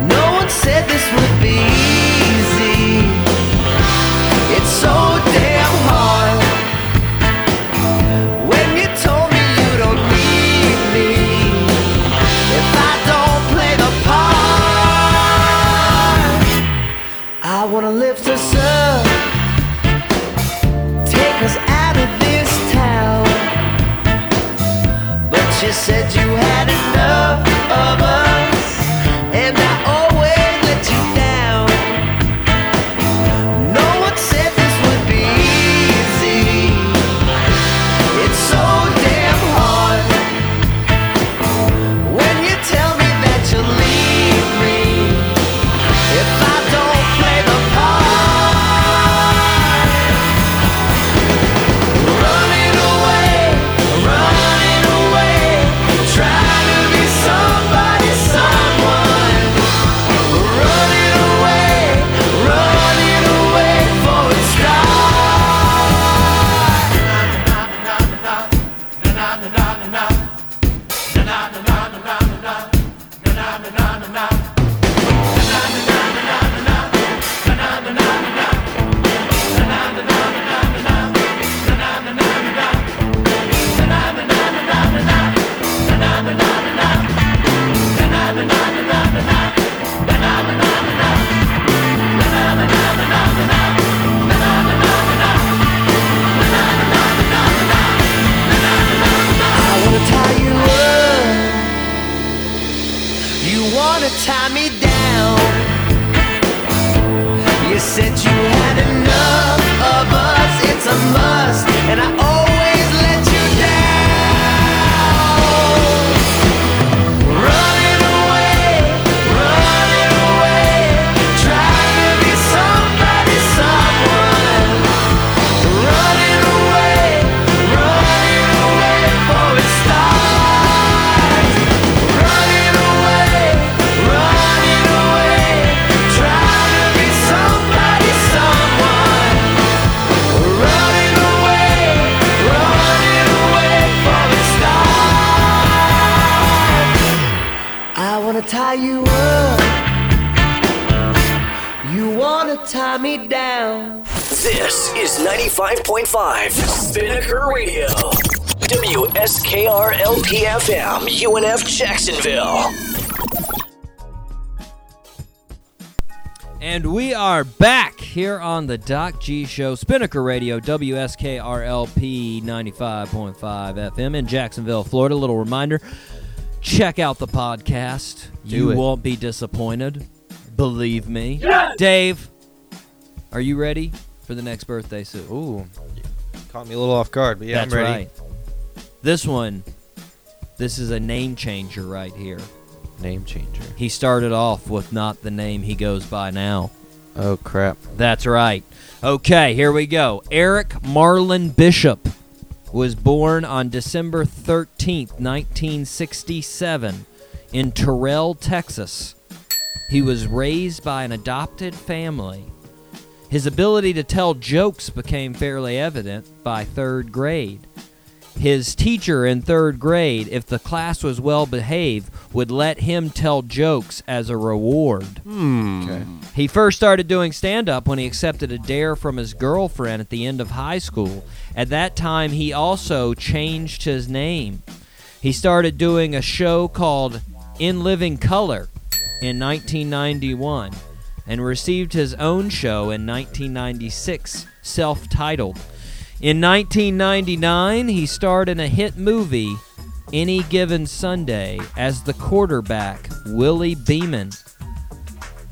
Speaker 9: No one said this would be easy. It's so damn hard. When you told me you don't need me, if I don't play the part, I wanna lift us up. Take us out of this town. But you said you had enough of us, and I always let you down. No one said this would be easy. It's so damn hard when you tell me that you'll leave me if I don't play the part. Running away, running away, trying to be somebody, someone. Running away, running away for a start. I wanna tie you up. You wanna tie me down. You said you had enough of us, it's a must, and I always let you down. Running away, running away, trying to be somebody, someone. Running away, running away for it starts. Running away, running away, trying to be somebody, someone. Running away, running away for it starts. I wanna tie you up. You wanna tie me down.
Speaker 10: This is 95.5 Spinnaker Radio. WSKR LPFM, UNF Jacksonville.
Speaker 2: And we are back here on the Doc G Show, Spinnaker Radio, WSKRLP 95.5 FM in Jacksonville, Florida. Little reminder check out the podcast. you
Speaker 3: it.
Speaker 2: won't be disappointed. Believe me. Dave, are you ready for the next birthday suit?
Speaker 3: Ooh, caught me a little off guard, but yeah,
Speaker 2: That's
Speaker 3: I'm ready.
Speaker 2: right. This one, this is a name changer right here.
Speaker 3: Name changer.
Speaker 2: He started off with not the name he goes by now.
Speaker 3: Oh crap.
Speaker 2: That's right. Okay, here we go. Eric Marlin Bishop was born on December 13th, 1967, in Terrell, Texas. He was raised by an adopted family. His ability to tell jokes became fairly evident by third grade. His teacher in third grade, if the class was well behaved, would let him tell jokes as a reward.
Speaker 3: Okay.
Speaker 2: He first started doing stand up when he accepted a dare from his girlfriend at the end of high school. At that time, he also changed his name. He started doing a show called In Living Color in 1991 and received his own show in 1996, self titled. In 1999, he starred in a hit movie, Any Given Sunday, as the quarterback, Willie Beeman.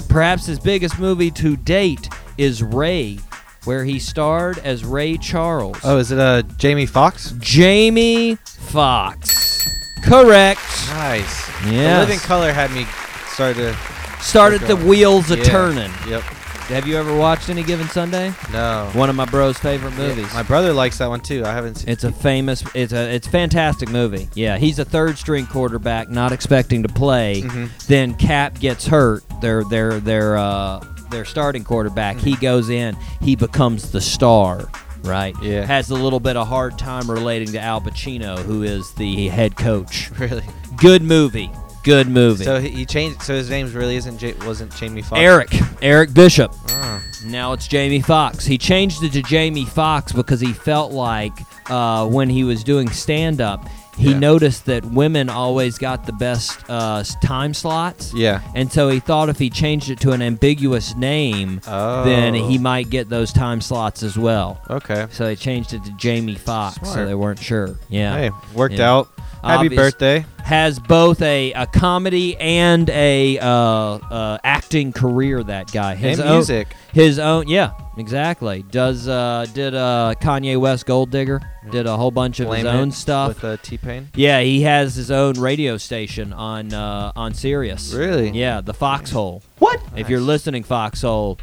Speaker 2: Perhaps his biggest movie to date is Ray, where he starred as Ray Charles.
Speaker 3: Oh, is it uh Jamie Fox?
Speaker 2: Jamie Fox. Correct.
Speaker 3: Nice.
Speaker 2: Yes.
Speaker 3: The living color had me start to.
Speaker 2: Started the wheels a
Speaker 3: Yeah.
Speaker 2: turning.
Speaker 3: Yep.
Speaker 2: Have you ever watched Any Given Sunday?
Speaker 3: No.
Speaker 2: One of my bro's favorite movies.
Speaker 3: My brother likes that one too. I haven't seen.
Speaker 2: It's a famous. It's a. It's a fantastic movie. Yeah, he's a third string quarterback, not expecting to play. Then Cap gets hurt. Their Mm-hmm. their their uh, their starting quarterback. He goes in. He becomes the star. right?
Speaker 3: Yeah.
Speaker 2: Has a little bit of hard time relating to Al Pacino, who is the head coach.
Speaker 3: *laughs* Really?
Speaker 2: Good movie. Good movie.
Speaker 3: So he, he changed. So his name really isn't J- wasn't Jamie Foxx.
Speaker 2: Eric. Eric Bishop.
Speaker 3: Oh.
Speaker 2: Now it's Jamie Foxx. He changed it to Jamie Foxx because he felt like uh, when he was doing stand up, he
Speaker 3: Yeah.
Speaker 2: noticed that women always got the best uh, s- time slots.
Speaker 3: Yeah.
Speaker 2: And so he thought if he changed it to an ambiguous name, then
Speaker 3: Oh.
Speaker 2: he might get those time slots as well.
Speaker 3: Okay.
Speaker 2: So they changed it to Jamie Fox, so
Speaker 3: Smart.
Speaker 2: they weren't sure. Yeah.
Speaker 3: Hey, worked
Speaker 2: Yeah.
Speaker 3: out. Happy
Speaker 2: Obvious-
Speaker 3: birthday.
Speaker 2: Has both a, a comedy and a uh, uh, acting career. That guy. His
Speaker 3: And
Speaker 2: own-
Speaker 3: music.
Speaker 2: his own. Yeah, exactly. Does uh, did uh, Kanye West Gold Digger? Did a whole bunch of
Speaker 3: Blame
Speaker 2: his own
Speaker 3: it
Speaker 2: stuff.
Speaker 3: with uh, T Pain.
Speaker 2: yeah, he has his own radio station on uh, on Sirius.
Speaker 3: Really?
Speaker 2: Yeah, the Foxhole. What? If you're listening, Foxhole,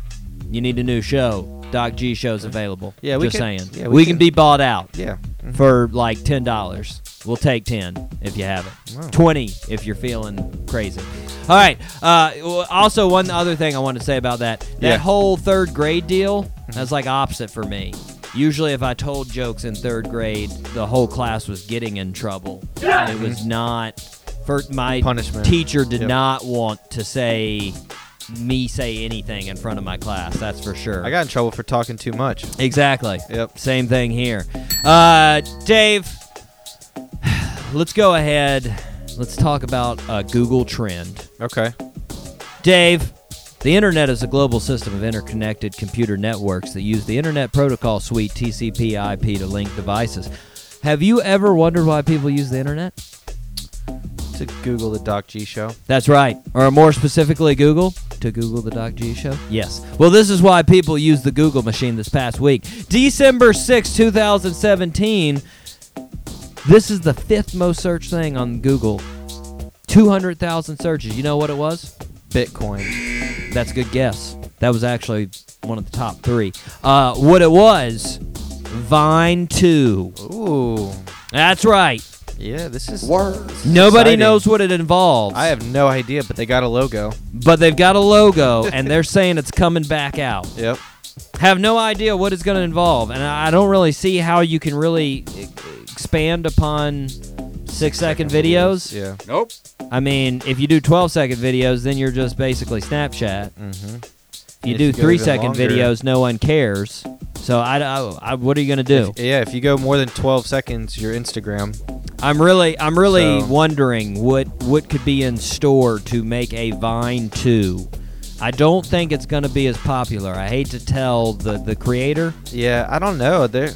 Speaker 2: you need a new show. Doc G show's available.
Speaker 3: Yeah, we
Speaker 2: just
Speaker 3: can-
Speaker 2: saying.
Speaker 3: yeah,
Speaker 2: we,
Speaker 3: we
Speaker 2: can,
Speaker 3: can-
Speaker 2: be bought out
Speaker 3: Yeah.
Speaker 2: for like ten dollars. We'll take ten if you have it. Twenty if you're feeling crazy. All right. Uh, w- also, one other thing I want to say about that that
Speaker 3: Yeah. Mm-hmm.
Speaker 2: whole third grade deal that's like opposite for me. Usually, if I told jokes in third grade, the whole class was getting in trouble. And it was not. For my
Speaker 3: Mm-hmm. Punishment.
Speaker 2: teacher did
Speaker 3: Yep.
Speaker 2: not want to say me say anything in front of my class. That's for sure.
Speaker 3: I got in trouble for talking too much.
Speaker 2: Exactly.
Speaker 3: Yep.
Speaker 2: Same thing here. Uh, Dave, *sighs* let's go ahead. Let's talk about a Google trend.
Speaker 3: Okay.
Speaker 2: Dave, the internet is a global system of interconnected computer networks that use the internet protocol suite TCP/IP to link devices. Have you ever wondered why people use the internet?
Speaker 3: To Google the Doc G show.
Speaker 2: That's right. Or more specifically, Google. To Google the Doc G Show? Yes. Well, this is why people use the Google machine this past week. December sixth, two 2017, this is the fifth most searched thing on Google. 200,000 searches. You know what it was?
Speaker 3: Bitcoin.
Speaker 2: That's a good guess. That was actually one of the top three. Uh, what it was, Vine 2.
Speaker 3: Ooh.
Speaker 2: That's right.
Speaker 3: Yeah. This is.
Speaker 2: Nobody
Speaker 3: Exciting.
Speaker 2: knows what it involves.
Speaker 3: I have no idea, but they got a logo.
Speaker 2: but they've got a logo and they're saying it's coming back out.
Speaker 3: Yep.
Speaker 2: Have no idea what it's going to involve, and I I don't really see how you can really e- expand upon six-second videos.
Speaker 3: Yeah.
Speaker 1: Nope.
Speaker 2: I mean, if you do 12-second videos, then you're just basically Snapchat.
Speaker 3: Mm-hmm.
Speaker 2: If you
Speaker 3: If
Speaker 2: do
Speaker 3: you go
Speaker 2: three-second
Speaker 3: even longer-
Speaker 2: videos, no one cares. So I, I- I- what are you going to do?
Speaker 3: Yeah. If you go more than 12 seconds, your Instagram.
Speaker 2: I'm really, I'm really
Speaker 3: So-
Speaker 2: wondering what what could be in store to make a Vine two. I don't think it's going to be as popular. I hate to tell the the creator.
Speaker 3: Yeah. I don't know. There,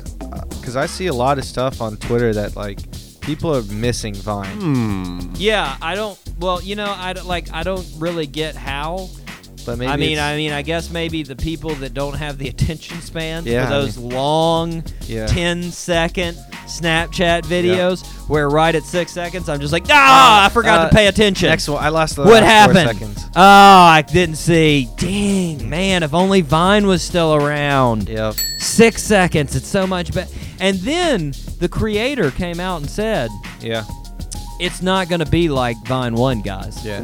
Speaker 3: because I see a lot of stuff on Twitter that like people are missing Vine.
Speaker 4: Hmm.
Speaker 2: Yeah, I don't. Well, you know, I don't- like I don't really get how.
Speaker 3: But maybe
Speaker 2: I mean,
Speaker 3: it's-
Speaker 2: I mean, I guess maybe the people that don't have the *laughs* attention span
Speaker 3: Yeah,
Speaker 2: for
Speaker 3: I
Speaker 2: those long
Speaker 3: Yeah.
Speaker 2: 10 second Snapchat videos where right at six seconds I'm just like, ah,
Speaker 3: Uh,
Speaker 2: I forgot
Speaker 3: uh,
Speaker 2: to pay attention.
Speaker 3: next one. I lost the
Speaker 2: what
Speaker 3: last four
Speaker 2: happened?
Speaker 3: seconds.
Speaker 2: Oh, I didn't see. Dang, man, if only Vine was still around.
Speaker 3: Yep.
Speaker 2: Six seconds, it's so much better. And then the creator came out and said,
Speaker 3: Yeah.
Speaker 2: it's not going to be like Vine 1, guys.
Speaker 3: Yeah.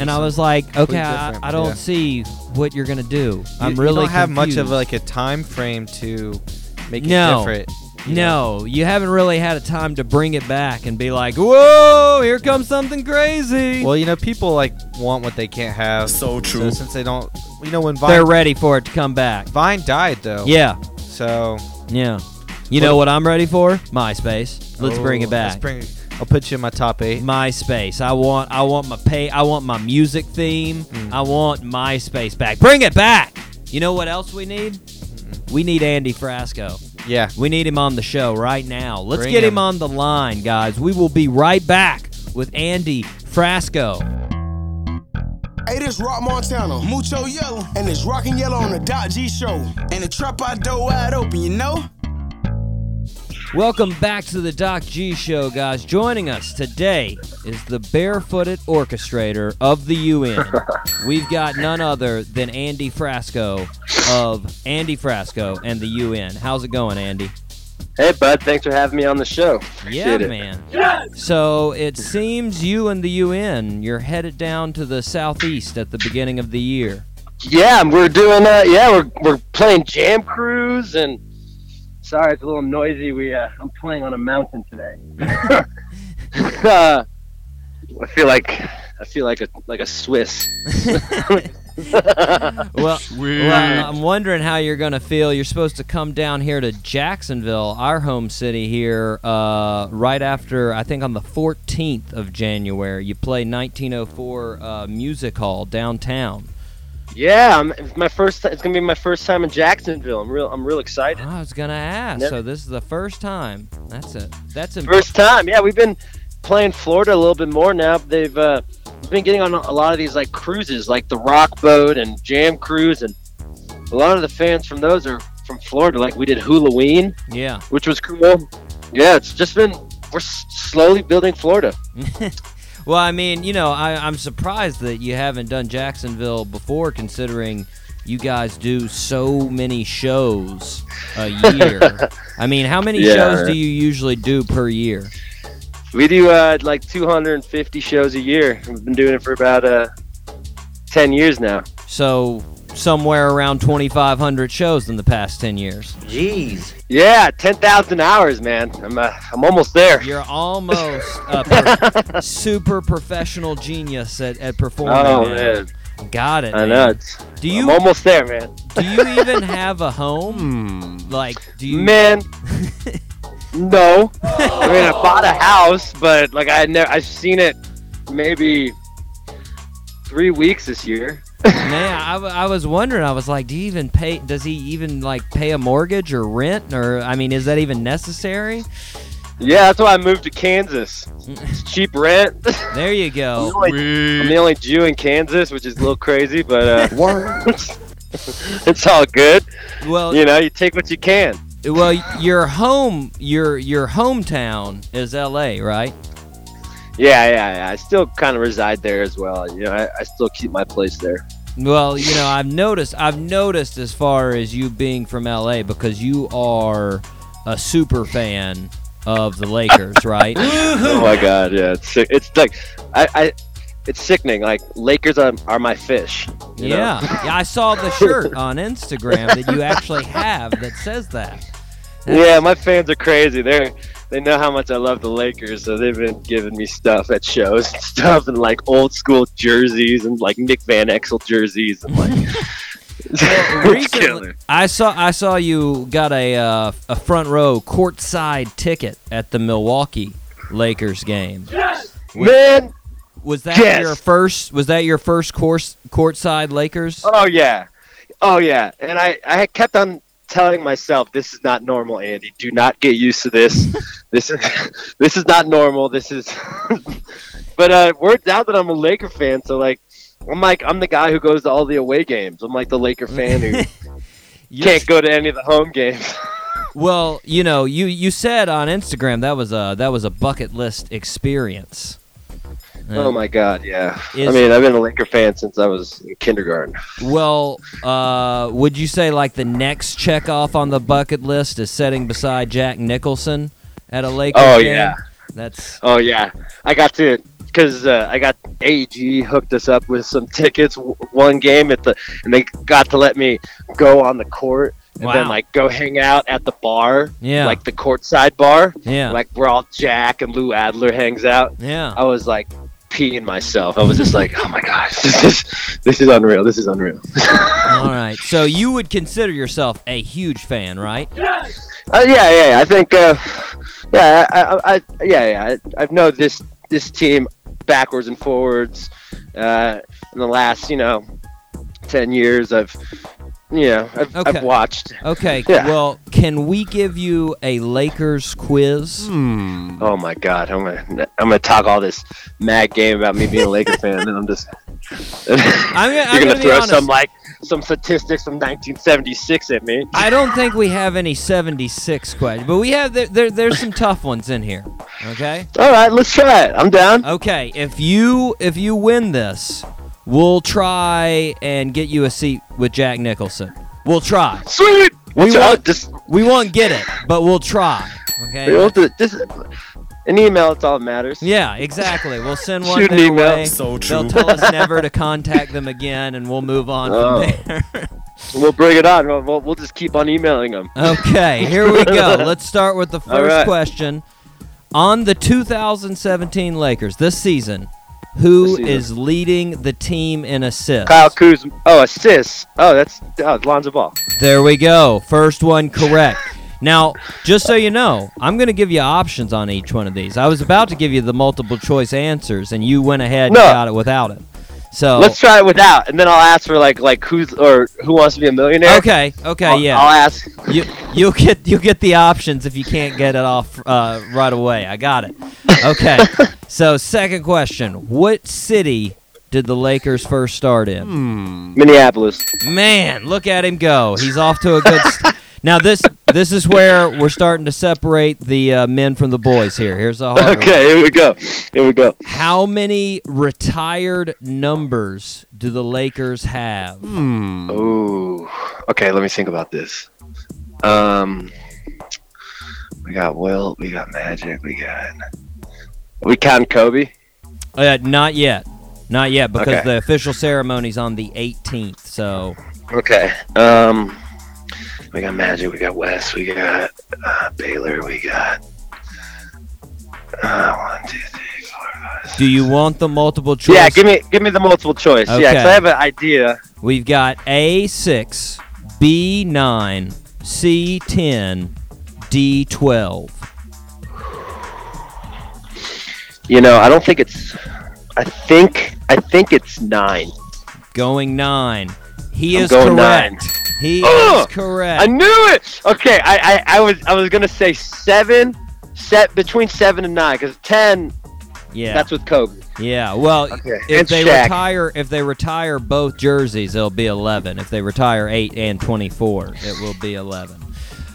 Speaker 2: And I was like, okay,
Speaker 3: Completely
Speaker 2: I,
Speaker 3: different,
Speaker 2: I don't
Speaker 3: yeah.
Speaker 2: see what you're gonna do.
Speaker 3: You-
Speaker 2: I'm
Speaker 3: you
Speaker 2: really
Speaker 3: don't have much of
Speaker 2: confused.
Speaker 3: like a time frame to make it
Speaker 2: No.
Speaker 3: different. you know?
Speaker 2: No, you haven't really had a time to bring it back and be like, whoa, here comes something crazy.
Speaker 3: Well, you know, people like want what they can't have.
Speaker 5: So true.
Speaker 3: since they don't, you know, when
Speaker 2: They're
Speaker 3: Vine
Speaker 2: ready for it to come back.
Speaker 3: Vine died though.
Speaker 2: Yeah,
Speaker 3: So
Speaker 2: yeah. You know what I'm ready for? MySpace. Let's bring
Speaker 3: Oh,
Speaker 2: it back.
Speaker 3: Let's bring. I'll put you in my top eight.
Speaker 2: MySpace. I want. I want my pay. I want my music theme.
Speaker 3: Mm.
Speaker 2: I want MySpace back. Bring it back. You know what else we need? We need Andy Frasco.
Speaker 3: Yeah.
Speaker 2: We need him on the show right now. Let's
Speaker 3: Bring
Speaker 2: get him.
Speaker 3: him.
Speaker 2: on the line, guys. We will be right back with Andy Frasco.
Speaker 10: Hey, this Rock Montana, Mucho Yellow, and it's Rockin' Yellow on the Dot G Show. And the trap I door wide open, you know?
Speaker 2: Welcome back to the Doc G Show, guys. Joining us today is the barefooted orchestrator of the UN. We've got none other than Andy Frasco of Andy Frasco and the UN. How's it going, Andy?
Speaker 11: Hey, bud. Thanks for having me on the show.
Speaker 2: Yeah,
Speaker 11: Appreciate it.
Speaker 2: man. So it seems you and the UN, you're headed down to the southeast at the beginning of the year.
Speaker 11: Yeah, we're doing. Uh, yeah, we're we're playing Jam Cruise, and it's sorry it's a little noisy. We uh, I'm playing on a mountain today. *laughs* uh, I feel like I feel like a like a Swiss. *laughs*
Speaker 2: well, well, I'm wondering how you're gonna feel. You're supposed to come down here to Jacksonville, our home city here, uh, right after I think on the 14th of January. You play 1904 uh, Music Hall downtown.
Speaker 11: yeah, I'm, it's my first. It's gonna be my first time in Jacksonville. I'm real. I'm real excited.
Speaker 2: I was gonna ask.
Speaker 11: Never-
Speaker 2: So this is the first time. That's it. That's imp-
Speaker 11: First time. Yeah, we've been playing Florida a little bit more now. They've uh, we've been getting on a lot of these like cruises, like the Rock Boat and Jam Cruise, and a lot of the fans from those are from Florida. Like we did Halloween,
Speaker 2: Yeah.
Speaker 11: which was cool. Yeah, it's just been we're s- slowly building Florida.
Speaker 2: Well, I mean, you know, I, I'm surprised that you haven't done Jacksonville before, considering you guys do so many shows
Speaker 11: *laughs*
Speaker 2: a year. I mean, how many
Speaker 11: Yeah.
Speaker 2: shows do you usually do per year?
Speaker 11: We do uh, like 250 shows a year. We've been doing it for about uh, 10 years now.
Speaker 2: So somewhere around 2,500 shows in the past 10 years.
Speaker 11: Jeez. Yeah, 10,000 hours, man. I'm uh, I'm almost there.
Speaker 2: You're *laughs* almost a per- super professional genius at, at performing.
Speaker 11: Oh, man.
Speaker 2: Got it.
Speaker 11: I
Speaker 2: man.
Speaker 11: know. It's,
Speaker 2: Do you
Speaker 11: I'm almost there, man.
Speaker 2: do you even have a
Speaker 11: *laughs*
Speaker 2: home?
Speaker 11: Hmm.
Speaker 2: Like, do you
Speaker 11: Man. no. I mean, I bought a house, but like I had never I've seen it maybe 3 weeks this year.
Speaker 2: Man, I, w- I was wondering. I was like, do you even pay? Does he even like pay a mortgage or rent? Or I mean, is that even necessary?
Speaker 11: Yeah, that's why I moved to Kansas. It's cheap rent.
Speaker 2: There you
Speaker 11: I'm, the
Speaker 2: go.
Speaker 11: only, I'm the only Jew in Kansas, which is a little crazy, but uh, *laughs* it's all good.
Speaker 2: Well,
Speaker 11: You know, you take what you can.
Speaker 2: well, your home, your your hometown is L.A., right?
Speaker 11: Yeah, yeah, yeah. I still kind of reside there as well. You know, I, I still keep my place there.
Speaker 2: Well, you know, I've noticed. I've noticed as far as you being from L.A. because you are a super fan of the Lakers, right?
Speaker 11: oh my god, yeah, it's sick. It's like, I, I, it's sickening. Like Lakers are, are my fish. you know?
Speaker 2: Yeah. yeah, I saw the shirt on Instagram that you actually have that says that.
Speaker 11: Yeah, my fans are crazy. They're they know how much I love the Lakers, so they've been giving me stuff at shows and *laughs* stuff, and like old school jerseys and like Nick Van Exel jerseys and like. *laughs* it's
Speaker 2: recently-
Speaker 11: killer.
Speaker 2: I saw I saw you got a uh, a front row courtside ticket at the Milwaukee Lakers game.
Speaker 11: man.
Speaker 2: Was that
Speaker 11: Yes.
Speaker 2: your first? Was that your first course courtside Lakers?
Speaker 11: Oh yeah, oh yeah. And I I kept on telling myself this is not normal, Andy. Do not get used to this. this is *laughs* this is not normal. This is. *laughs* but uh, word's out that I'm a Laker fan, so like. I'm like I'm the guy who goes to all the away games. I'm like the Laker fan who can't go to any of the home games. *laughs*
Speaker 2: Well, you know, you you said on Instagram that was a that was a bucket list experience.
Speaker 11: oh my god, yeah. I
Speaker 2: Is-
Speaker 11: mean, I've been a Laker fan since I was in kindergarten.
Speaker 2: Well, uh, would you say like the next check off on the bucket list is sitting beside Jack Nicholson at a Lakers
Speaker 11: Oh,
Speaker 2: game?
Speaker 11: yeah.
Speaker 2: That's
Speaker 11: Oh yeah, I got to because uh, I got AG hooked us up with some tickets w- one game at the, and they got to let me go on the court and then
Speaker 2: Wow.
Speaker 11: like go hang out at the bar,
Speaker 2: Yeah.
Speaker 11: like the courtside bar,
Speaker 2: Yeah.
Speaker 11: like where all Jack and Lou Adler hangs out.
Speaker 2: yeah.
Speaker 11: I was like peeing myself. I was just like, oh my gosh, this is this is unreal. This is unreal. *laughs*
Speaker 2: All right. So you would consider yourself a huge fan, right?
Speaker 11: Uh, yeah, yeah, yeah. I think, uh, yeah, I, I, I, yeah, yeah. I, I've known this this team backwards and forwards uh, in the last, you know, ten years. I've, you know, I've,
Speaker 2: Okay.
Speaker 11: I've watched.
Speaker 2: Okay.
Speaker 11: Yeah.
Speaker 2: Well, can we give you a Lakers quiz?
Speaker 11: Oh my God, I'm gonna I'm gonna talk all this mad game about me being a Laker fan, and I'm just *laughs*
Speaker 2: I'm, gonna- I'm
Speaker 11: you're
Speaker 2: gonna
Speaker 11: gonna
Speaker 2: be
Speaker 11: throw
Speaker 2: honest.
Speaker 11: some like some statistics from 1976 at me.
Speaker 2: I don't think we have any 76 questions, but we have there, there there's some tough ones in here. Okay?
Speaker 11: All right, let's try it. I'm down.
Speaker 2: Okay, if you if you win this, we'll try and get you a seat with Jack Nicholson. We'll try.
Speaker 11: Sweet.
Speaker 2: We
Speaker 11: Let's- I'll
Speaker 2: want-
Speaker 11: just
Speaker 2: We won't get it, but we'll try. Okay?
Speaker 11: we'll do- this. An email, it's all that matters.
Speaker 2: Yeah, exactly. We'll send one
Speaker 11: Shoot an
Speaker 2: thing
Speaker 11: email. *laughs*
Speaker 2: away. They'll tell us never to contact them again, and we'll move on
Speaker 11: Oh.
Speaker 2: from there. *laughs*
Speaker 11: We'll bring it on. We'll- We'll, we'll just keep on emailing them.
Speaker 2: Okay, here we go. Let's start with the
Speaker 11: *laughs* All
Speaker 2: first
Speaker 11: right.
Speaker 2: question. On the 2017 Lakers this season, who is leading the team in assists?
Speaker 11: Kyle Kuzma. Oh, assists. Oh, that's oh, Lonzo Ball.
Speaker 2: There we go. First one correct. Now, just so you know, I'm going to give you options on each one of these. I was about to give you the multiple choice answers, and you went ahead and
Speaker 11: No.
Speaker 2: got it without it. So
Speaker 11: Let's try it without, and then I'll ask for like like who's or who wants to be a millionaire.
Speaker 2: Okay. Okay.
Speaker 11: I'll-
Speaker 2: yeah.
Speaker 11: I'll ask.
Speaker 2: You you'll get you'll get the options if you can't get it off uh, right away. I got it. Okay. so second question: What city did the Lakers first start in?
Speaker 11: Hmm. Minneapolis.
Speaker 2: Man, look at him go. He's off to a good. St- now this this is where we're starting to separate the uh, men from the boys. Here, here's a hard one.
Speaker 11: *laughs* Okay, here we go. Here we go.
Speaker 2: How many retired numbers do the Lakers have?
Speaker 11: Ooh. Okay, let me think about this. Um, we got Will. We got Magic. We got. We count Kobe.
Speaker 2: Uh, not yet. Not yet, because
Speaker 11: Okay.
Speaker 2: the official ceremony's on the 18th. So
Speaker 11: Okay. Um, we got Magic. We got West. We got uh, Baylor. We got. Uh, one, two, three.
Speaker 2: Do you want the multiple choice?
Speaker 11: Yeah, give me give me the multiple choice. Yeah, 'cause
Speaker 2: Okay.
Speaker 11: I have an idea.
Speaker 2: We've got A six, B nine, C ten, D twelve.
Speaker 11: You know, I don't think it's. I think I think it's nine.
Speaker 2: Going nine. He
Speaker 11: I'm
Speaker 2: is
Speaker 11: going
Speaker 2: correct.
Speaker 11: nine.
Speaker 2: He
Speaker 11: Ugh!
Speaker 2: is correct.
Speaker 11: I knew it. Okay, I, I, I was I was gonna say seven, set between seven and nine, because ten.
Speaker 2: Yeah.
Speaker 11: That's with Kobe.
Speaker 2: yeah. Well,
Speaker 11: Okay,
Speaker 2: if
Speaker 11: and
Speaker 2: they
Speaker 11: Shaq.
Speaker 2: retire, if they retire both jerseys, they'll be eleven. If they retire eight and twenty-four, it will be eleven.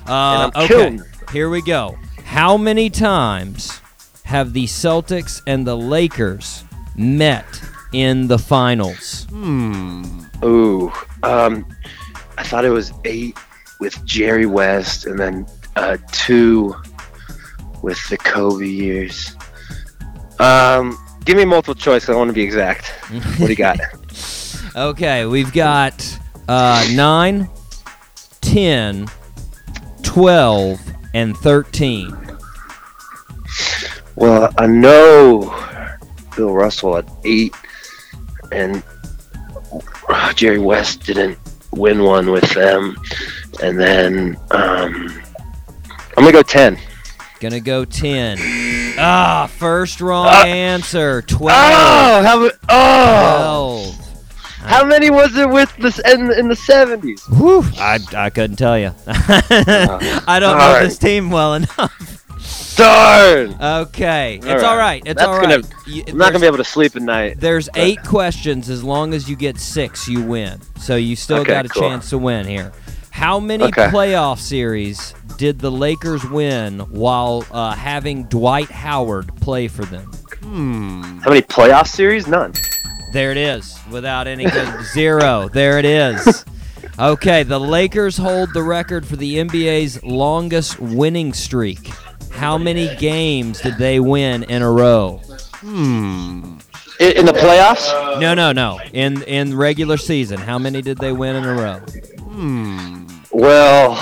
Speaker 2: Uh,
Speaker 11: And I'm
Speaker 2: okay.
Speaker 11: killing
Speaker 2: Here we go. How many times have the Celtics and the Lakers met in the finals?
Speaker 11: Hmm. Ooh. Um, I thought it was eight with Jerry West, and then uh, two with the Kobe years. Um, give me multiple choice. 'cause I want to be exact. What do you *laughs* got?
Speaker 2: Okay, we've got uh, 9, 10, 12, and 13.
Speaker 11: Well, I know Bill Russell at eight, and uh, Jerry West didn't win one with them. And then um, I'm gonna go ten.
Speaker 2: Gonna go
Speaker 11: *laughs*
Speaker 2: 10. Ah, first wrong answer. 12.
Speaker 11: Oh, how ma- oh!
Speaker 2: 12.
Speaker 11: How many was it with this in, in the seventies?
Speaker 2: Whew, I, I couldn't tell *laughs* you.
Speaker 11: Uh-huh.
Speaker 2: I don't know
Speaker 11: darn.
Speaker 2: this team well enough. *laughs*
Speaker 11: Darn.
Speaker 2: Okay, it's all right. It's
Speaker 11: That's
Speaker 2: all
Speaker 11: gonna-
Speaker 2: right. You-
Speaker 11: I'm not gonna
Speaker 2: there's-
Speaker 11: be able to sleep at night.
Speaker 2: There's eight questions. As long as you get six, you win. So you still
Speaker 11: Okay,
Speaker 2: got a
Speaker 11: cool.
Speaker 2: chance to win here. How many
Speaker 11: Okay.
Speaker 2: playoff series did the Lakers win while uh, having Dwight Howard play for them?
Speaker 11: How many playoff series? None.
Speaker 2: There it is. Without any good zero. There it is. Okay, the Lakers hold the record for the NBA's longest winning streak. How many games did they win in a row?
Speaker 11: Hmm. In, in the playoffs?
Speaker 2: No, no, no. In in regular season, how many did they win in a row?
Speaker 11: Hmm. Well,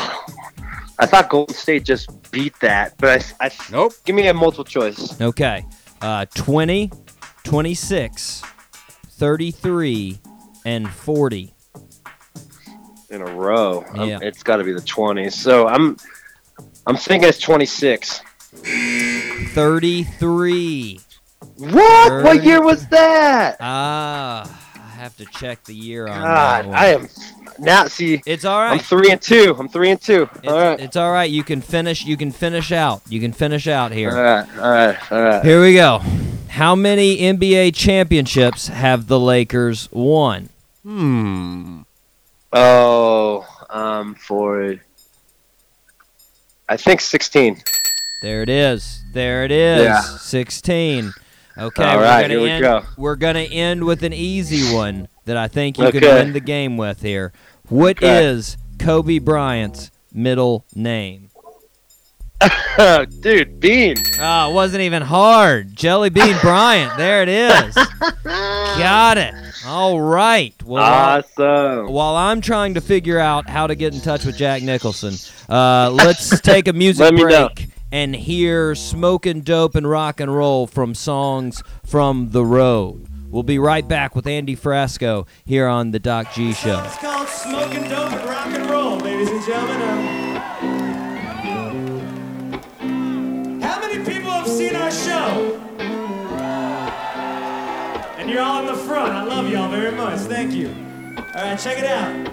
Speaker 11: I thought Golden State just beat that, but I, I nope. Give me a multiple choice.
Speaker 2: Okay. Uh, 20, 26, 33, and 40.
Speaker 11: in a row. Um,
Speaker 2: Yeah.
Speaker 11: It's got to be the 20s. So I'm I'm thinking it's 26.
Speaker 2: 33.
Speaker 11: What? What year was that?
Speaker 2: Ah, I have to check the year on that
Speaker 11: God,
Speaker 2: one.
Speaker 11: I am now see.
Speaker 2: It's all
Speaker 11: I'm
Speaker 2: right.
Speaker 11: 3 and 2. I'm 3 and 2.
Speaker 2: It's, it's all right. You can finish. You can finish out. You can finish out here.
Speaker 11: All right. All right. All right.
Speaker 2: Here we go. How many NBA championships have the Lakers won?
Speaker 11: Hmm. Oh, um for I think 16.
Speaker 2: There it is. There it is.
Speaker 11: Yeah.
Speaker 2: 16. Okay,
Speaker 11: All
Speaker 2: we're
Speaker 11: right,
Speaker 2: gonna
Speaker 11: here we
Speaker 2: end,
Speaker 11: go.
Speaker 2: We're gonna end with an easy one that I think you can
Speaker 11: Okay.
Speaker 2: win the game with here. What is
Speaker 11: Okay.
Speaker 2: Kobe Bryant's middle name?
Speaker 11: *laughs* Dude, Bean.
Speaker 2: Oh, it wasn't even hard. Jelly Bean Bryant. There it is. Got it. All right. Well,
Speaker 11: Ah, Awesome.
Speaker 2: While I'm trying to figure out how to get in touch with Jack Nicholson, uh,
Speaker 11: *laughs*
Speaker 2: let's take a music
Speaker 11: Let me
Speaker 2: break
Speaker 11: know.
Speaker 2: and hear "Smoking Dope and Rock and Roll" from songs from the road. We'll be right back with Andy Frasco here on the Doc G Show.
Speaker 12: It's called Smoking Dope and Rock and Roll, ladies and gentlemen. Um, How many people have seen our show? And you're all in the front. I love y'all very much. Thank you. All right, check it out.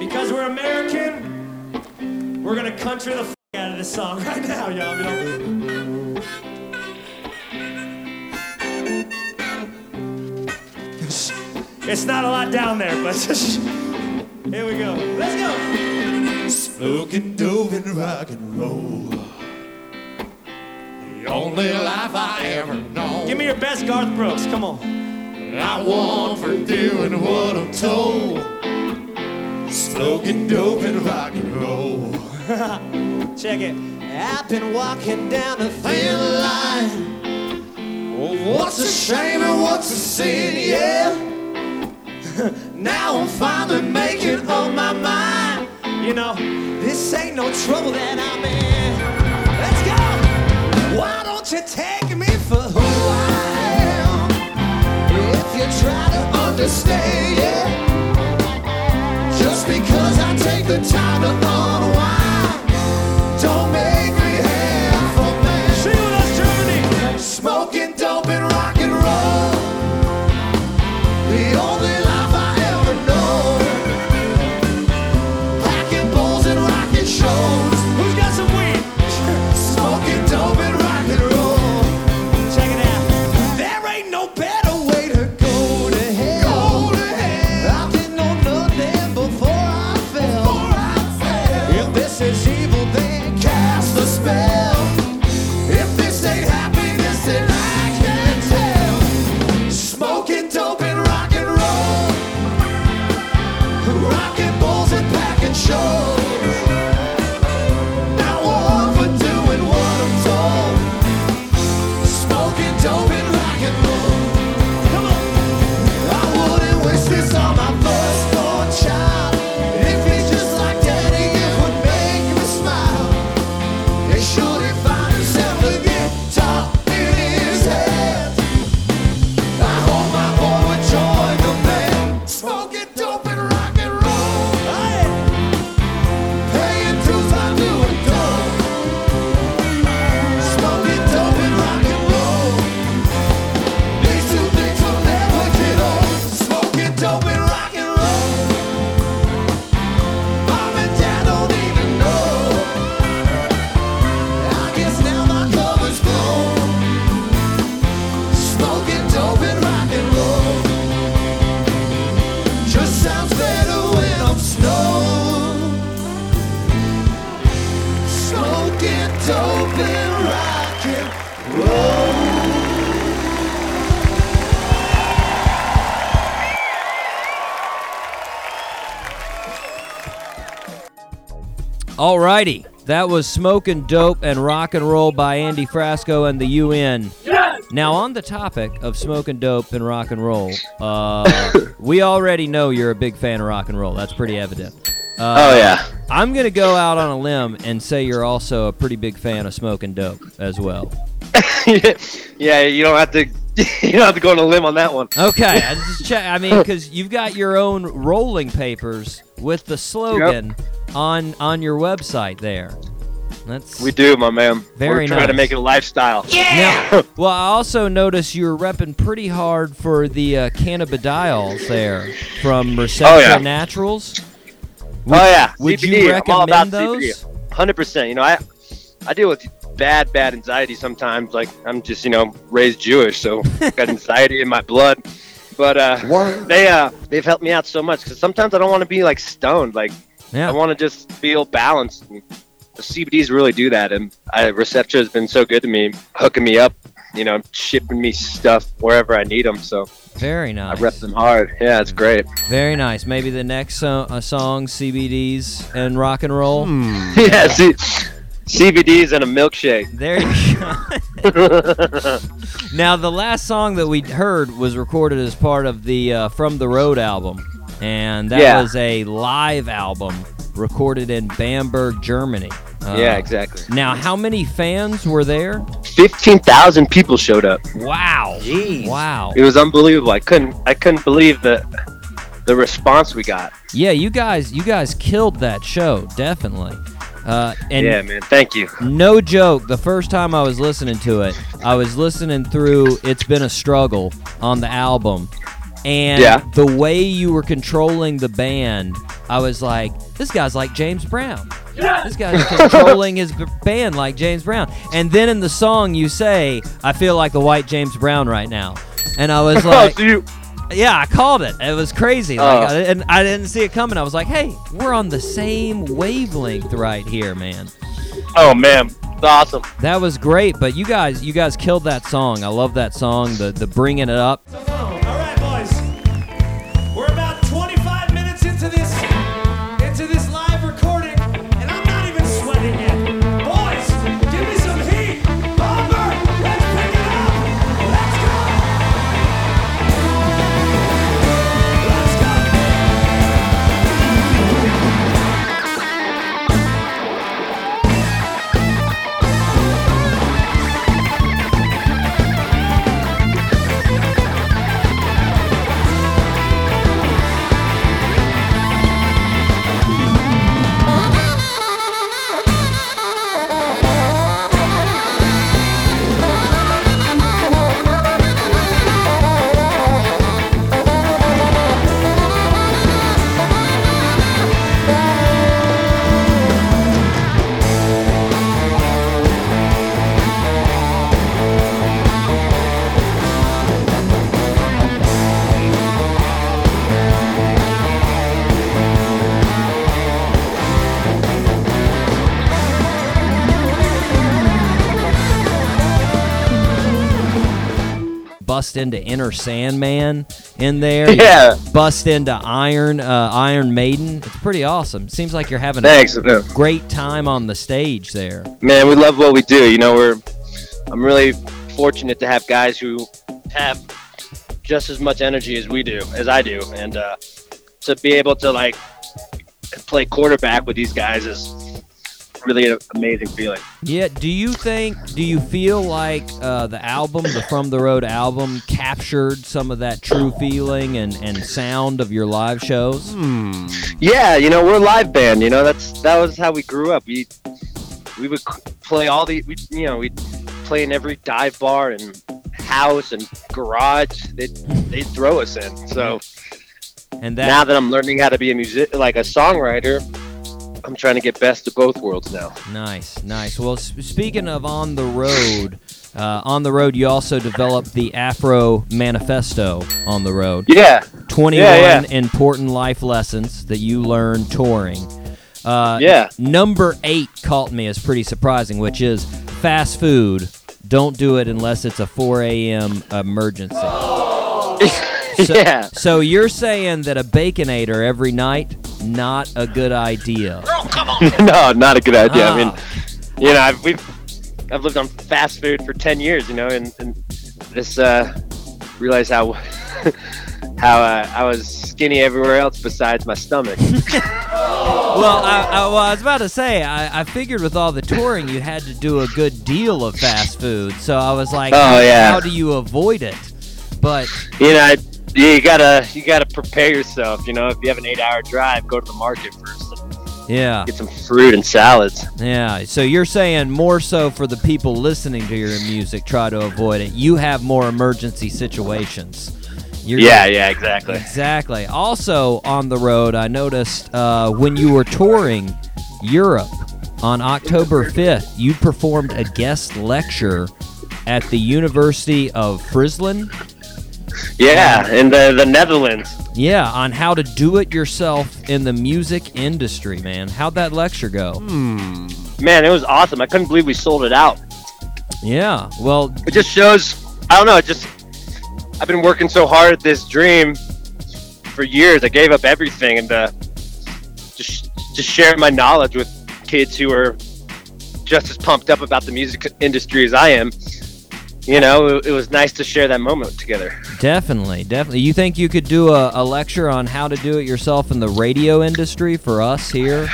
Speaker 12: Because we're American, we're gonna country the f- out of this song *laughs* right now, y'all. y'all. It's not a lot down there, but *laughs* here we go. Let's go.
Speaker 9: Smoking dope and rock and roll. The only life I ever known.
Speaker 12: Give me your best Garth Brooks. Come on.
Speaker 9: I want for doing what I'm told. Smoking dope and rock and roll.
Speaker 12: Check it.
Speaker 9: I've been walking down a thin line. Oh, what's a shame and what's a sin, yeah? now I'm finally making up my mind.
Speaker 12: You know,
Speaker 9: this ain't no trouble that I'm in. Let's go! Why don't you take me for who I am? If you try to understand, yeah. Just because I take the time to unwind, don't make me half a man. See us, Germany! Smoking dope and rock and roll. The only life I ever know. Packing bowls and rocking shows.
Speaker 12: Who's got some weed?
Speaker 9: Smoking dope and rock and roll.
Speaker 12: Check it out.
Speaker 9: There ain't no better way to go to hell. I've been on nothing before I fell. If this is evil, then cast a spell. If this ain't happiness, then I can tell. Smoking dope and rock and roll. Rocking bulls and packing shows. Now one for doing what I'm told. Smoking dope and rock and roll. Come on. I wouldn't wish this on my firstborn child. If he's just like daddy, it would make me smile. And should he find himself a guitar in his hand, I hope my boy would join the band. Smoking dope and rock and roll. Paying dues, I'm doing dope. Smoking dope and rock and roll. These two things will never get old. Smoking dope and rock and roll. Mom and dad don't even know. I guess now my cover's blown. Smoking dope and rock and roll. Just sounds better when I'm stoned. Smoking dope and rock and
Speaker 2: Alrighty, that was "Smoking Dope and Rock and Roll" by Andy Frasco and the UN. Now, on the topic of smoking dope and rock and roll, uh, we already know you're a big fan of rock and roll. That's pretty evident. Uh,
Speaker 11: Oh, yeah. *laughs*
Speaker 2: I'm gonna go out on a limb and say you're also a pretty big fan of smoking dope as well.
Speaker 11: yeah, you don't have to. *laughs* You don't have to go on a limb on that one.
Speaker 2: Okay, I just check. I mean, because you've got your own rolling papers with the slogan on on your website there. That's
Speaker 11: We do, my man.
Speaker 2: Very
Speaker 11: We're trying to
Speaker 2: nice.
Speaker 11: make it a lifestyle.
Speaker 2: Now, *laughs* well, I also noticed you were repping pretty hard for the uh, cannabidiols there from Reception
Speaker 11: Oh, yeah.
Speaker 2: Naturals.
Speaker 11: oh yeah,
Speaker 2: would
Speaker 11: CBD.
Speaker 2: you
Speaker 11: I'm all about
Speaker 2: recommend those?
Speaker 11: CBD. Hundred percent. You know, I I deal with bad, bad anxiety sometimes. Like I'm just you know raised Jewish, so
Speaker 2: *laughs*
Speaker 11: I got anxiety in my blood. But uh, they uh they've helped me out so much because sometimes I don't want to be like stoned. Like
Speaker 2: Yeah.
Speaker 11: I want to just feel balanced. And the CBDs really do that, and I, Receptor has been so good to me, hooking me up. You know, shipping me stuff wherever I need them. So
Speaker 2: Very nice.
Speaker 11: I rep them hard. Yeah, it's great. *laughs*
Speaker 2: Very nice. Maybe
Speaker 11: Hmm.
Speaker 2: the next so- uh, song, CBDs and rock and roll.
Speaker 11: Yeah, see, CBDs and a milkshake.
Speaker 2: There you go. *laughs* now, the last song that we heard was recorded as part of the uh, From the Road album, and that
Speaker 11: Yeah.
Speaker 2: was a live album recorded in Bamberg, Germany. Uh,
Speaker 11: Yeah, exactly.
Speaker 2: Now, how many fans were there?
Speaker 11: Fifteen thousand people showed up.
Speaker 2: Wow. Wow.
Speaker 11: It was unbelievable. I couldn't. I couldn't believe the the response we got.
Speaker 2: Yeah, you guys, you guys killed that show, definitely. Uh, and
Speaker 11: yeah, man. Thank you.
Speaker 2: No joke, the first time I was listening to it, I was listening through It's Been a Struggle on the album. And
Speaker 11: Yeah.
Speaker 2: the way you were controlling the band, I was like, this guy's like James Brown. This guy's controlling his b- band like James Brown. And then in the song, you say, I feel like the white James Brown right now. And I
Speaker 11: *laughs* Oh,
Speaker 2: was like, yeah, I called it. It was crazy. Like,
Speaker 11: Oh.
Speaker 2: I, and I didn't see it coming. I was like, hey, we're on the same wavelength right here, man.
Speaker 11: Oh man, it's awesome.
Speaker 2: That was great, but you guys, you guys killed that song. I love that song. The the bringing it up.
Speaker 12: We're about 25 minutes into this into this live recording, and I'm not even sweating yet. Boys, give me some heat. Bomber, let's pick it up. Let's go. Let's go.
Speaker 2: Bust into Inner Sandman in there. You
Speaker 11: *laughs* Yeah.
Speaker 2: Bust into Iron uh, Iron Maiden. It's pretty awesome. Seems like you're having
Speaker 11: Thanks,
Speaker 2: a
Speaker 11: man.
Speaker 2: great time on the stage there.
Speaker 11: Man, we love what we do. You know, we're I'm really fortunate to have guys who have just as much energy as we do, as I do, and uh, to be able to like play quarterback with these guys is really an amazing feeling.
Speaker 2: Yeah. Do you think? Do you feel like uh, the album, the From the Road album, captured some of that true feeling and and sound of your live shows?
Speaker 11: Yeah, you know, we're a live band. You know, that's that was how we grew up. We we would c- play all the, we, you know, we play in every dive bar and house and garage they they throw us in. So
Speaker 2: And that
Speaker 11: now that I'm learning how to be a music like a songwriter, I'm trying to get best of both worlds now.
Speaker 2: Nice, nice. Well, s- speaking of on the road, uh, on the road, you also developed the Afro Manifesto on the road.
Speaker 11: Yeah.
Speaker 2: 21
Speaker 11: Yeah,
Speaker 2: important life lessons that you learn touring. Uh,
Speaker 11: Yeah.
Speaker 2: Number eight caught me as pretty surprising, which is fast food. Don't do it unless it's a 4 a.m. emergency. *laughs* So,
Speaker 11: *laughs* Yeah.
Speaker 2: So you're saying that a baconator every night, not a good idea.
Speaker 11: *laughs* no, not a good idea. I mean,
Speaker 2: Ah.
Speaker 11: you know, I've, we've I've lived on fast food for ten years, you know, and, and this uh, realized how *laughs* how uh, I was skinny everywhere else besides my stomach.
Speaker 2: Well, I, I, well, I was about to say, I, I figured with all the touring, you had to do a good deal of fast food. So I was like,
Speaker 11: Oh, yeah.
Speaker 2: how do you avoid it? But
Speaker 11: you know, I, you gotta you gotta prepare yourself. You know, if you have an eight-hour drive, go to the market first. and
Speaker 2: yeah,
Speaker 11: Get some fruit and salads.
Speaker 2: yeah. So you're saying more so for the people listening to your music, try to avoid it. You have more emergency situations. You're-
Speaker 11: yeah, yeah, exactly.
Speaker 2: Exactly. Also on the road, I noticed uh, when you were touring Europe on October 5th, you performed a guest lecture at the University of Frislin.
Speaker 11: Yeah, in the the Netherlands.
Speaker 2: Yeah, on how to do it yourself in the music industry, man. How'd that lecture go?
Speaker 11: Man, it was awesome. I couldn't believe we sold it out.
Speaker 2: Yeah. Well,
Speaker 11: it just shows i don't know it just i've been working so hard at this dream for years i gave up everything and uh, just just share my knowledge with kids who are just as pumped up about the music industry as I am, you know, it, it was nice to share that moment together.
Speaker 2: Definitely, definitely. You think you could do a, a lecture on how to do it yourself in the radio industry for us here?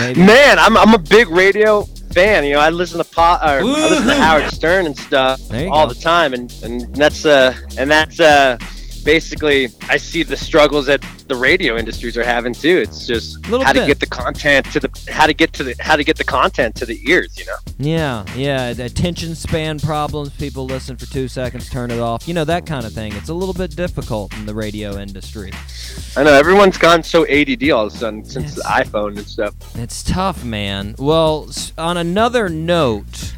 Speaker 2: Maybe.
Speaker 11: Man, I'm, I'm a big radio fan. You know, I listen to pop, or I listen to Howard Stern and stuff
Speaker 2: you
Speaker 11: all
Speaker 2: go.
Speaker 11: the time, and and that's uh and that's uh basically I see the struggles that the radio industries are having too. It's just
Speaker 2: Little
Speaker 11: how
Speaker 2: bit.
Speaker 11: to get the content to the how to get to the how to get the content to the ears. You know.
Speaker 2: Yeah, yeah. The attention span problems. People listen for two seconds, turn it off. You know that kind of thing. It's a little bit difficult in the radio industry.
Speaker 11: I know everyone's gone so ADD all of a sudden since the iPhone and stuff.
Speaker 2: It's tough, man. Well, s- on another note,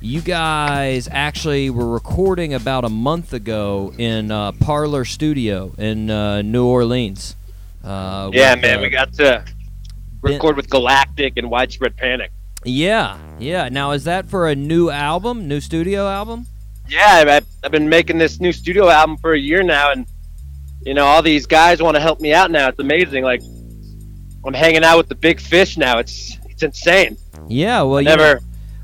Speaker 2: you guys actually were recording about a month ago in uh, Parlor Studio in uh, New Orleans. Uh,
Speaker 11: Yeah,
Speaker 2: with,
Speaker 11: man,
Speaker 2: uh,
Speaker 11: we got to record with Galactic and Widespread Panic.
Speaker 2: Yeah, yeah. Now, is that for a new album, new studio album?
Speaker 11: Yeah, I've, I've been making this new studio album for a year now, and you know all these guys want to help me out now. It's amazing. Like I'm hanging out with the big fish now. It's it's insane.
Speaker 2: Yeah, well, You
Speaker 11: Never-
Speaker 2: know,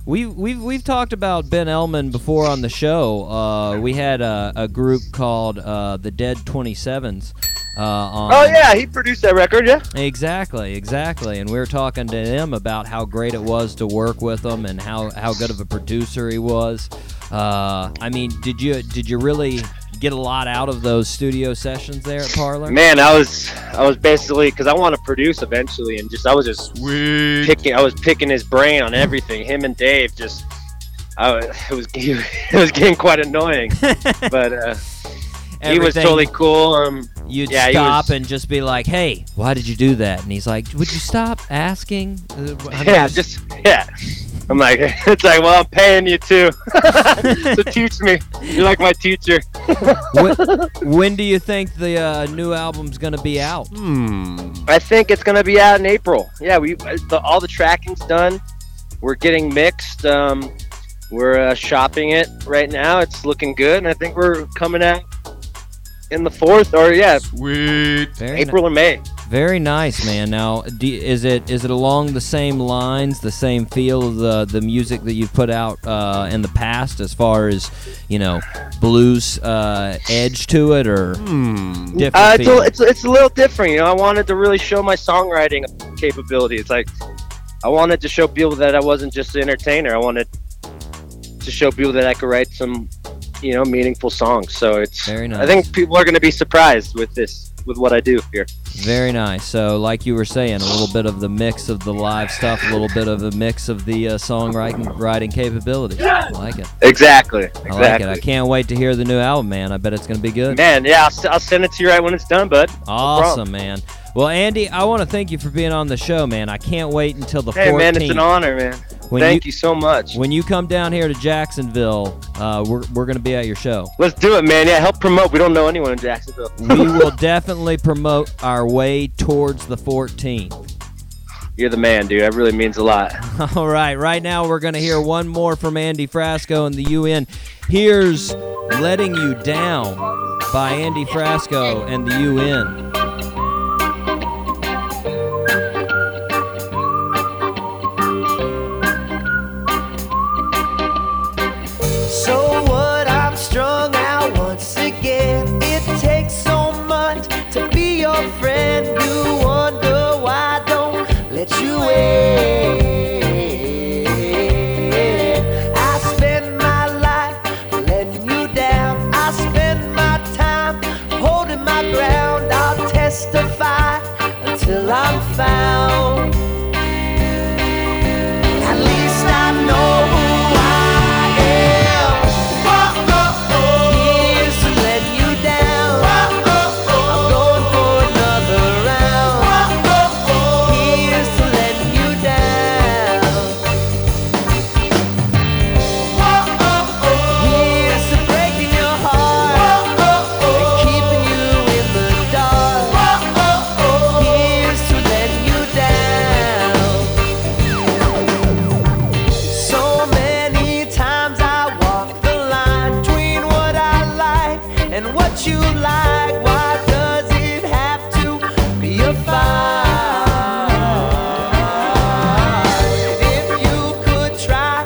Speaker 2: we we've we've talked about Ben Elman before on the show. Uh, we had a, a group called uh, the Dead Twenty Sevens. Uh, on
Speaker 11: Oh yeah, he produced that record. Yeah.
Speaker 2: Exactly, exactly. And we were talking to him about how great it was to work with him and how, how good of a producer he was. Uh, I mean, did you did you really get a lot out of those studio sessions there at Parlor? *laughs*
Speaker 11: Man, I was I was basically because I want to produce eventually, and just I was just picking I was picking his brain on everything. Him and Dave just I was, it was *laughs* it was getting quite annoying, but uh, he was
Speaker 2: Everything-
Speaker 11: totally cool. Um,
Speaker 2: You'd
Speaker 11: yeah, he was-
Speaker 2: stop and just be like, "Hey, why did you do that?" And he's like, "Would you stop asking?" Uh, I'm
Speaker 11: *laughs* yeah, just yeah. I'm like, *laughs* it's like, well, I'm paying you too, *laughs* so teach me. You're like my teacher.
Speaker 2: when, when do you think the uh, new album's gonna be out?
Speaker 11: I think it's gonna be out in April. Yeah, we uh, the, all the tracking's done. We're getting mixed. Um, we're uh, shopping it right now. It's looking good, and I think we're coming out in the fourth or yeah,
Speaker 2: Very
Speaker 11: April or May.
Speaker 2: Very nice, man. Now, do, is it is it along the same lines, the same feel of the the music that you've put out uh, in the past, as far as you know, blues uh, edge to it, or different?
Speaker 11: Uh, it's, a,
Speaker 2: feel?
Speaker 11: it's, it's a little different, you know. I wanted to really show my songwriting capability. It's like I wanted to show people that I wasn't just an entertainer. I wanted to show people that I could write some, you know, meaningful songs. So it's.
Speaker 2: Very nice.
Speaker 11: I think people are going to be surprised with this, with what I do here.
Speaker 2: Very nice. So, like you were saying, a little bit of the mix of the live stuff, a little bit of a mix of the uh, songwriting writing capabilities. I like it. I
Speaker 11: Exactly.
Speaker 2: like
Speaker 11: Exactly.
Speaker 2: it. I can't wait to hear the new album, man. I bet it's gonna be good.
Speaker 11: Man, yeah, I'll, s will send it to you right when it's done, bud. No problem.
Speaker 2: Awesome, man. Well, Andy, I want to thank you for being on the show, man. I can't wait until the
Speaker 11: Hey,
Speaker 2: 14th.
Speaker 11: man, it's an honor, man.
Speaker 2: When
Speaker 11: Thank you so much.
Speaker 2: When you come down here to Jacksonville, uh, we're, we're going to be at your show.
Speaker 11: Let's do it, man. Yeah, help promote. We don't know anyone in Jacksonville.
Speaker 2: We will definitely promote our way towards the 14th.
Speaker 11: *laughs* You're the man, dude. That really means a lot.
Speaker 2: *laughs* All right, right now we're going to hear one more from Andy Frasco and the UN. Here's Letting You Down by Andy Frasco and the UN.
Speaker 8: So what? I'm strung out once again. It takes so much to be your friend. You wonder why I don't let you in. I spend my life letting you down. I spend my time holding my ground. I'll testify until I'm found. At least I know who I am. Here's to letting you down. I'm going for another round. Here's to letting you down. Here's to breaking your heart and keeping you in the dark. Here's to letting you down. So many times I walk the line between what I like and what you like. Why does it have to be a fight? If you could try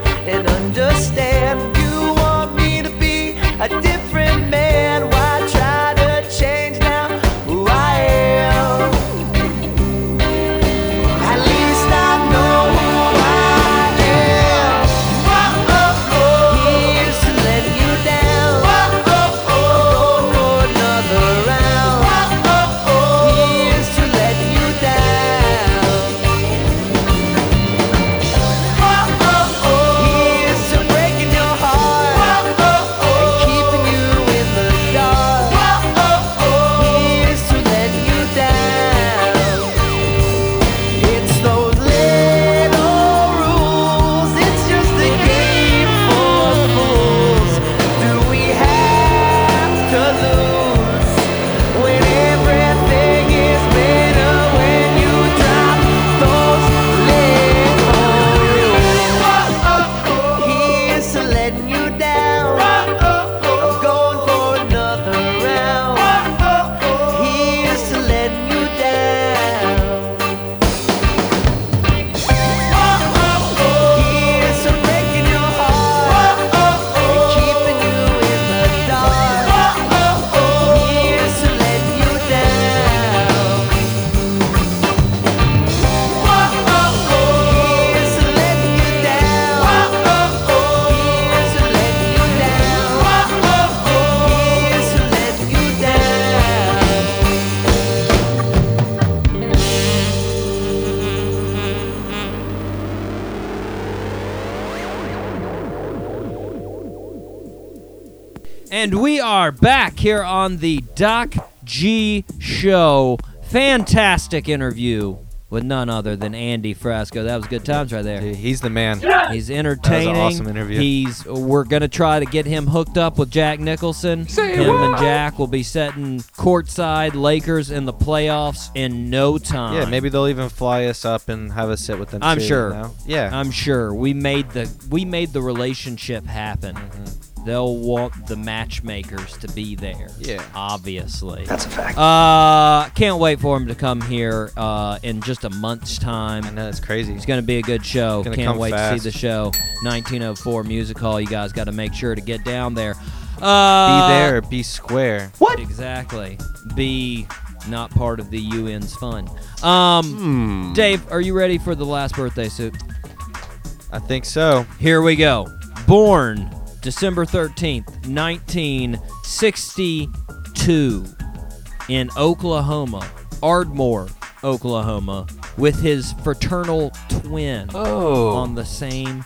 Speaker 2: And we are back here on the Doc G Show. Fantastic interview with none other than Andy Frasco. That was good times right there.
Speaker 3: he's the man.
Speaker 2: He's entertaining.
Speaker 3: awesome interview.
Speaker 2: He's. We're gonna try to get him hooked up with Jack Nicholson. him and Jack will be setting courtside Lakers in the playoffs in no time.
Speaker 3: Yeah, maybe they'll even fly us up and have us sit with them.
Speaker 2: I'm
Speaker 3: too, you
Speaker 2: sure.
Speaker 3: know? Yeah.
Speaker 2: I'm sure we made the we made the relationship happen.
Speaker 3: Mm-hmm.
Speaker 2: They'll want the matchmakers to be there. Yeah, obviously.
Speaker 13: That's a fact.
Speaker 2: Uh, can't wait for him to come here uh, in just a month's time. I know
Speaker 3: that's crazy.
Speaker 2: It's gonna be a good show.
Speaker 3: Gonna
Speaker 2: Can't
Speaker 3: come
Speaker 2: wait to
Speaker 3: fast.
Speaker 2: see the show. 1904 Music Hall. You guys got to make sure to get down there.
Speaker 3: be
Speaker 2: Uh,
Speaker 3: there, or be square.
Speaker 2: What exactly? Be not part of the UN's fun. Um,
Speaker 3: Hmm.
Speaker 2: Dave, are you ready for the last birthday suit?
Speaker 3: I think so.
Speaker 2: Here we go. Born December 13th, 1962, in Oklahoma, Ardmore, Oklahoma, with his fraternal twin
Speaker 9: Oh.
Speaker 2: on the same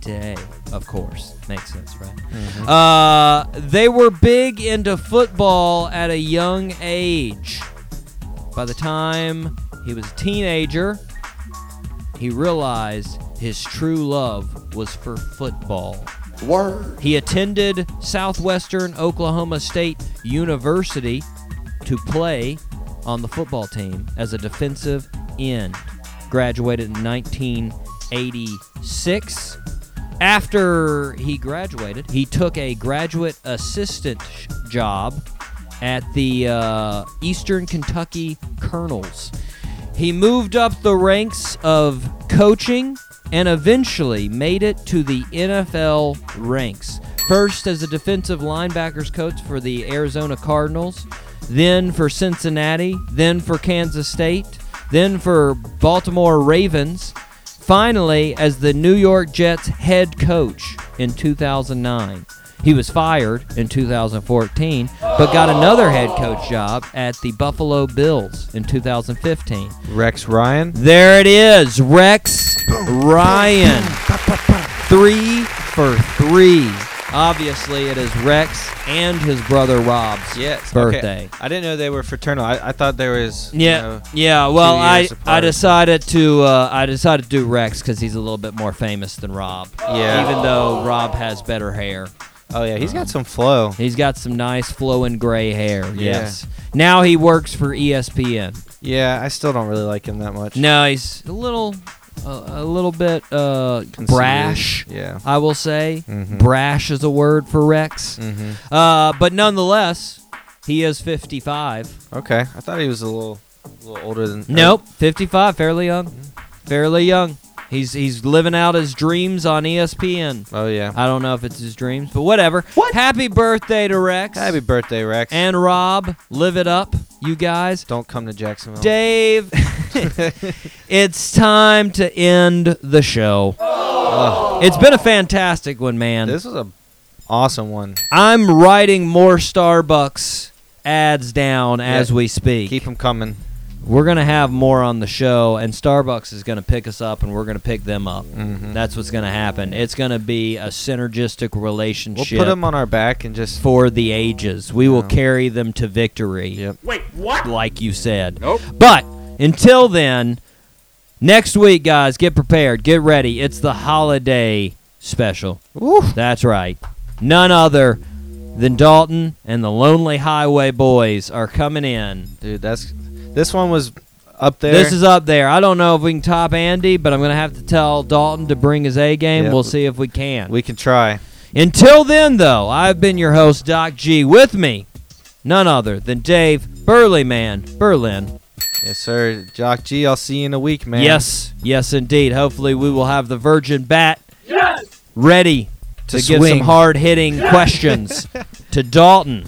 Speaker 2: day. Of course. Makes sense, right?
Speaker 9: Mhm.
Speaker 2: Uh, they were big into football at a young age. By the time he was a teenager, he realized his true love was for football.
Speaker 9: Word.
Speaker 2: He attended Southwestern Oklahoma State University to play on the football team as a defensive end. Graduated in 1986. After he graduated, he took a graduate assistant sh- job at the uh, Eastern Kentucky Colonels. He moved up the ranks of coaching and eventually made it to the NFL ranks. First as a defensive linebackers coach for the Arizona Cardinals, then for Cincinnati, then for Kansas State, then for Baltimore Ravens, finally as the New York Jets head coach in 2009. He was fired in 2014, but got another head coach job at the Buffalo Bills in 2015.
Speaker 3: Rex Ryan.
Speaker 2: There it is, Rex Ryan. Three for three. Obviously, it is Rex and his brother Rob's
Speaker 3: Yes. okay.
Speaker 2: birthday.
Speaker 3: I didn't know they were fraternal. I, I thought there was. you
Speaker 2: Yeah,
Speaker 3: know,
Speaker 2: yeah.
Speaker 3: two
Speaker 2: Well, I
Speaker 3: years
Speaker 2: I
Speaker 3: apart.
Speaker 2: decided to uh, I decided to do Rex because he's a little bit more famous than Rob.
Speaker 3: Yeah.
Speaker 2: Even though Rob has better hair.
Speaker 3: Oh yeah, he's got some flow.
Speaker 2: He's got some nice flowing gray hair.
Speaker 3: Yeah.
Speaker 2: Yes. Now he works for E ESPN.
Speaker 3: Yeah, I still don't really like him that much.
Speaker 2: No, he's a little, uh, a little bit uh,
Speaker 3: Conceited,
Speaker 2: brash.
Speaker 3: yeah.
Speaker 2: I will say
Speaker 3: Mhm.
Speaker 2: brash is a word for Rex.
Speaker 3: Mhm.
Speaker 2: Uh, but nonetheless, he is 55.
Speaker 3: Okay, I thought he was a little, a little older than. oh,
Speaker 2: Nope, 55, fairly young, fairly young. He's he's living out his dreams on E ESPN.
Speaker 3: Oh yeah.
Speaker 2: I don't know if it's his dreams, but whatever. What? Happy birthday to Rex.
Speaker 3: Happy birthday, Rex.
Speaker 2: And Rob, live it up, you guys.
Speaker 3: Don't come to Jacksonville.
Speaker 2: Dave, *laughs* it's time to end the show. It's been a fantastic one, man.
Speaker 3: Oh. This was a awesome one.
Speaker 2: I'm writing more Starbucks ads down as
Speaker 3: Yeah.
Speaker 2: we speak.
Speaker 3: Keep them coming.
Speaker 2: We're going to have more on the show, and Starbucks is going to pick us up, and we're going to pick them up. That's what's going to happen. It's going to be a synergistic
Speaker 3: Mm-hmm. We'll
Speaker 2: relationship
Speaker 3: put them on our back and just.
Speaker 2: for the ages. We will
Speaker 3: Yeah.
Speaker 2: carry them to victory.
Speaker 12: Wait, what?
Speaker 2: Like you said. Nope. But until then, next week, guys, get prepared, get ready. It's the holiday special. That's right. None other than Dalton and the Lonely Highway Boys are coming in.
Speaker 3: Dude, that's this one was up there.
Speaker 2: This is up there. I don't know if we can top Andy, but I'm going to have to tell Dalton to bring his A game.
Speaker 3: Yeah.
Speaker 2: We'll see if we can.
Speaker 3: we can try.
Speaker 2: Until then, though, I've been your host, Doc G. With me, none other than Dave Burleyman Berlin.
Speaker 3: Yes, sir. Jock G, I'll see you in a week, man.
Speaker 2: Yes, yes, indeed. Hopefully, we will have the Virgin Bat ready to,
Speaker 3: To
Speaker 2: give some
Speaker 3: swing.
Speaker 2: hard hitting questions to Dalton.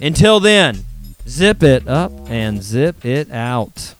Speaker 2: Until then, zip it up and zip it out.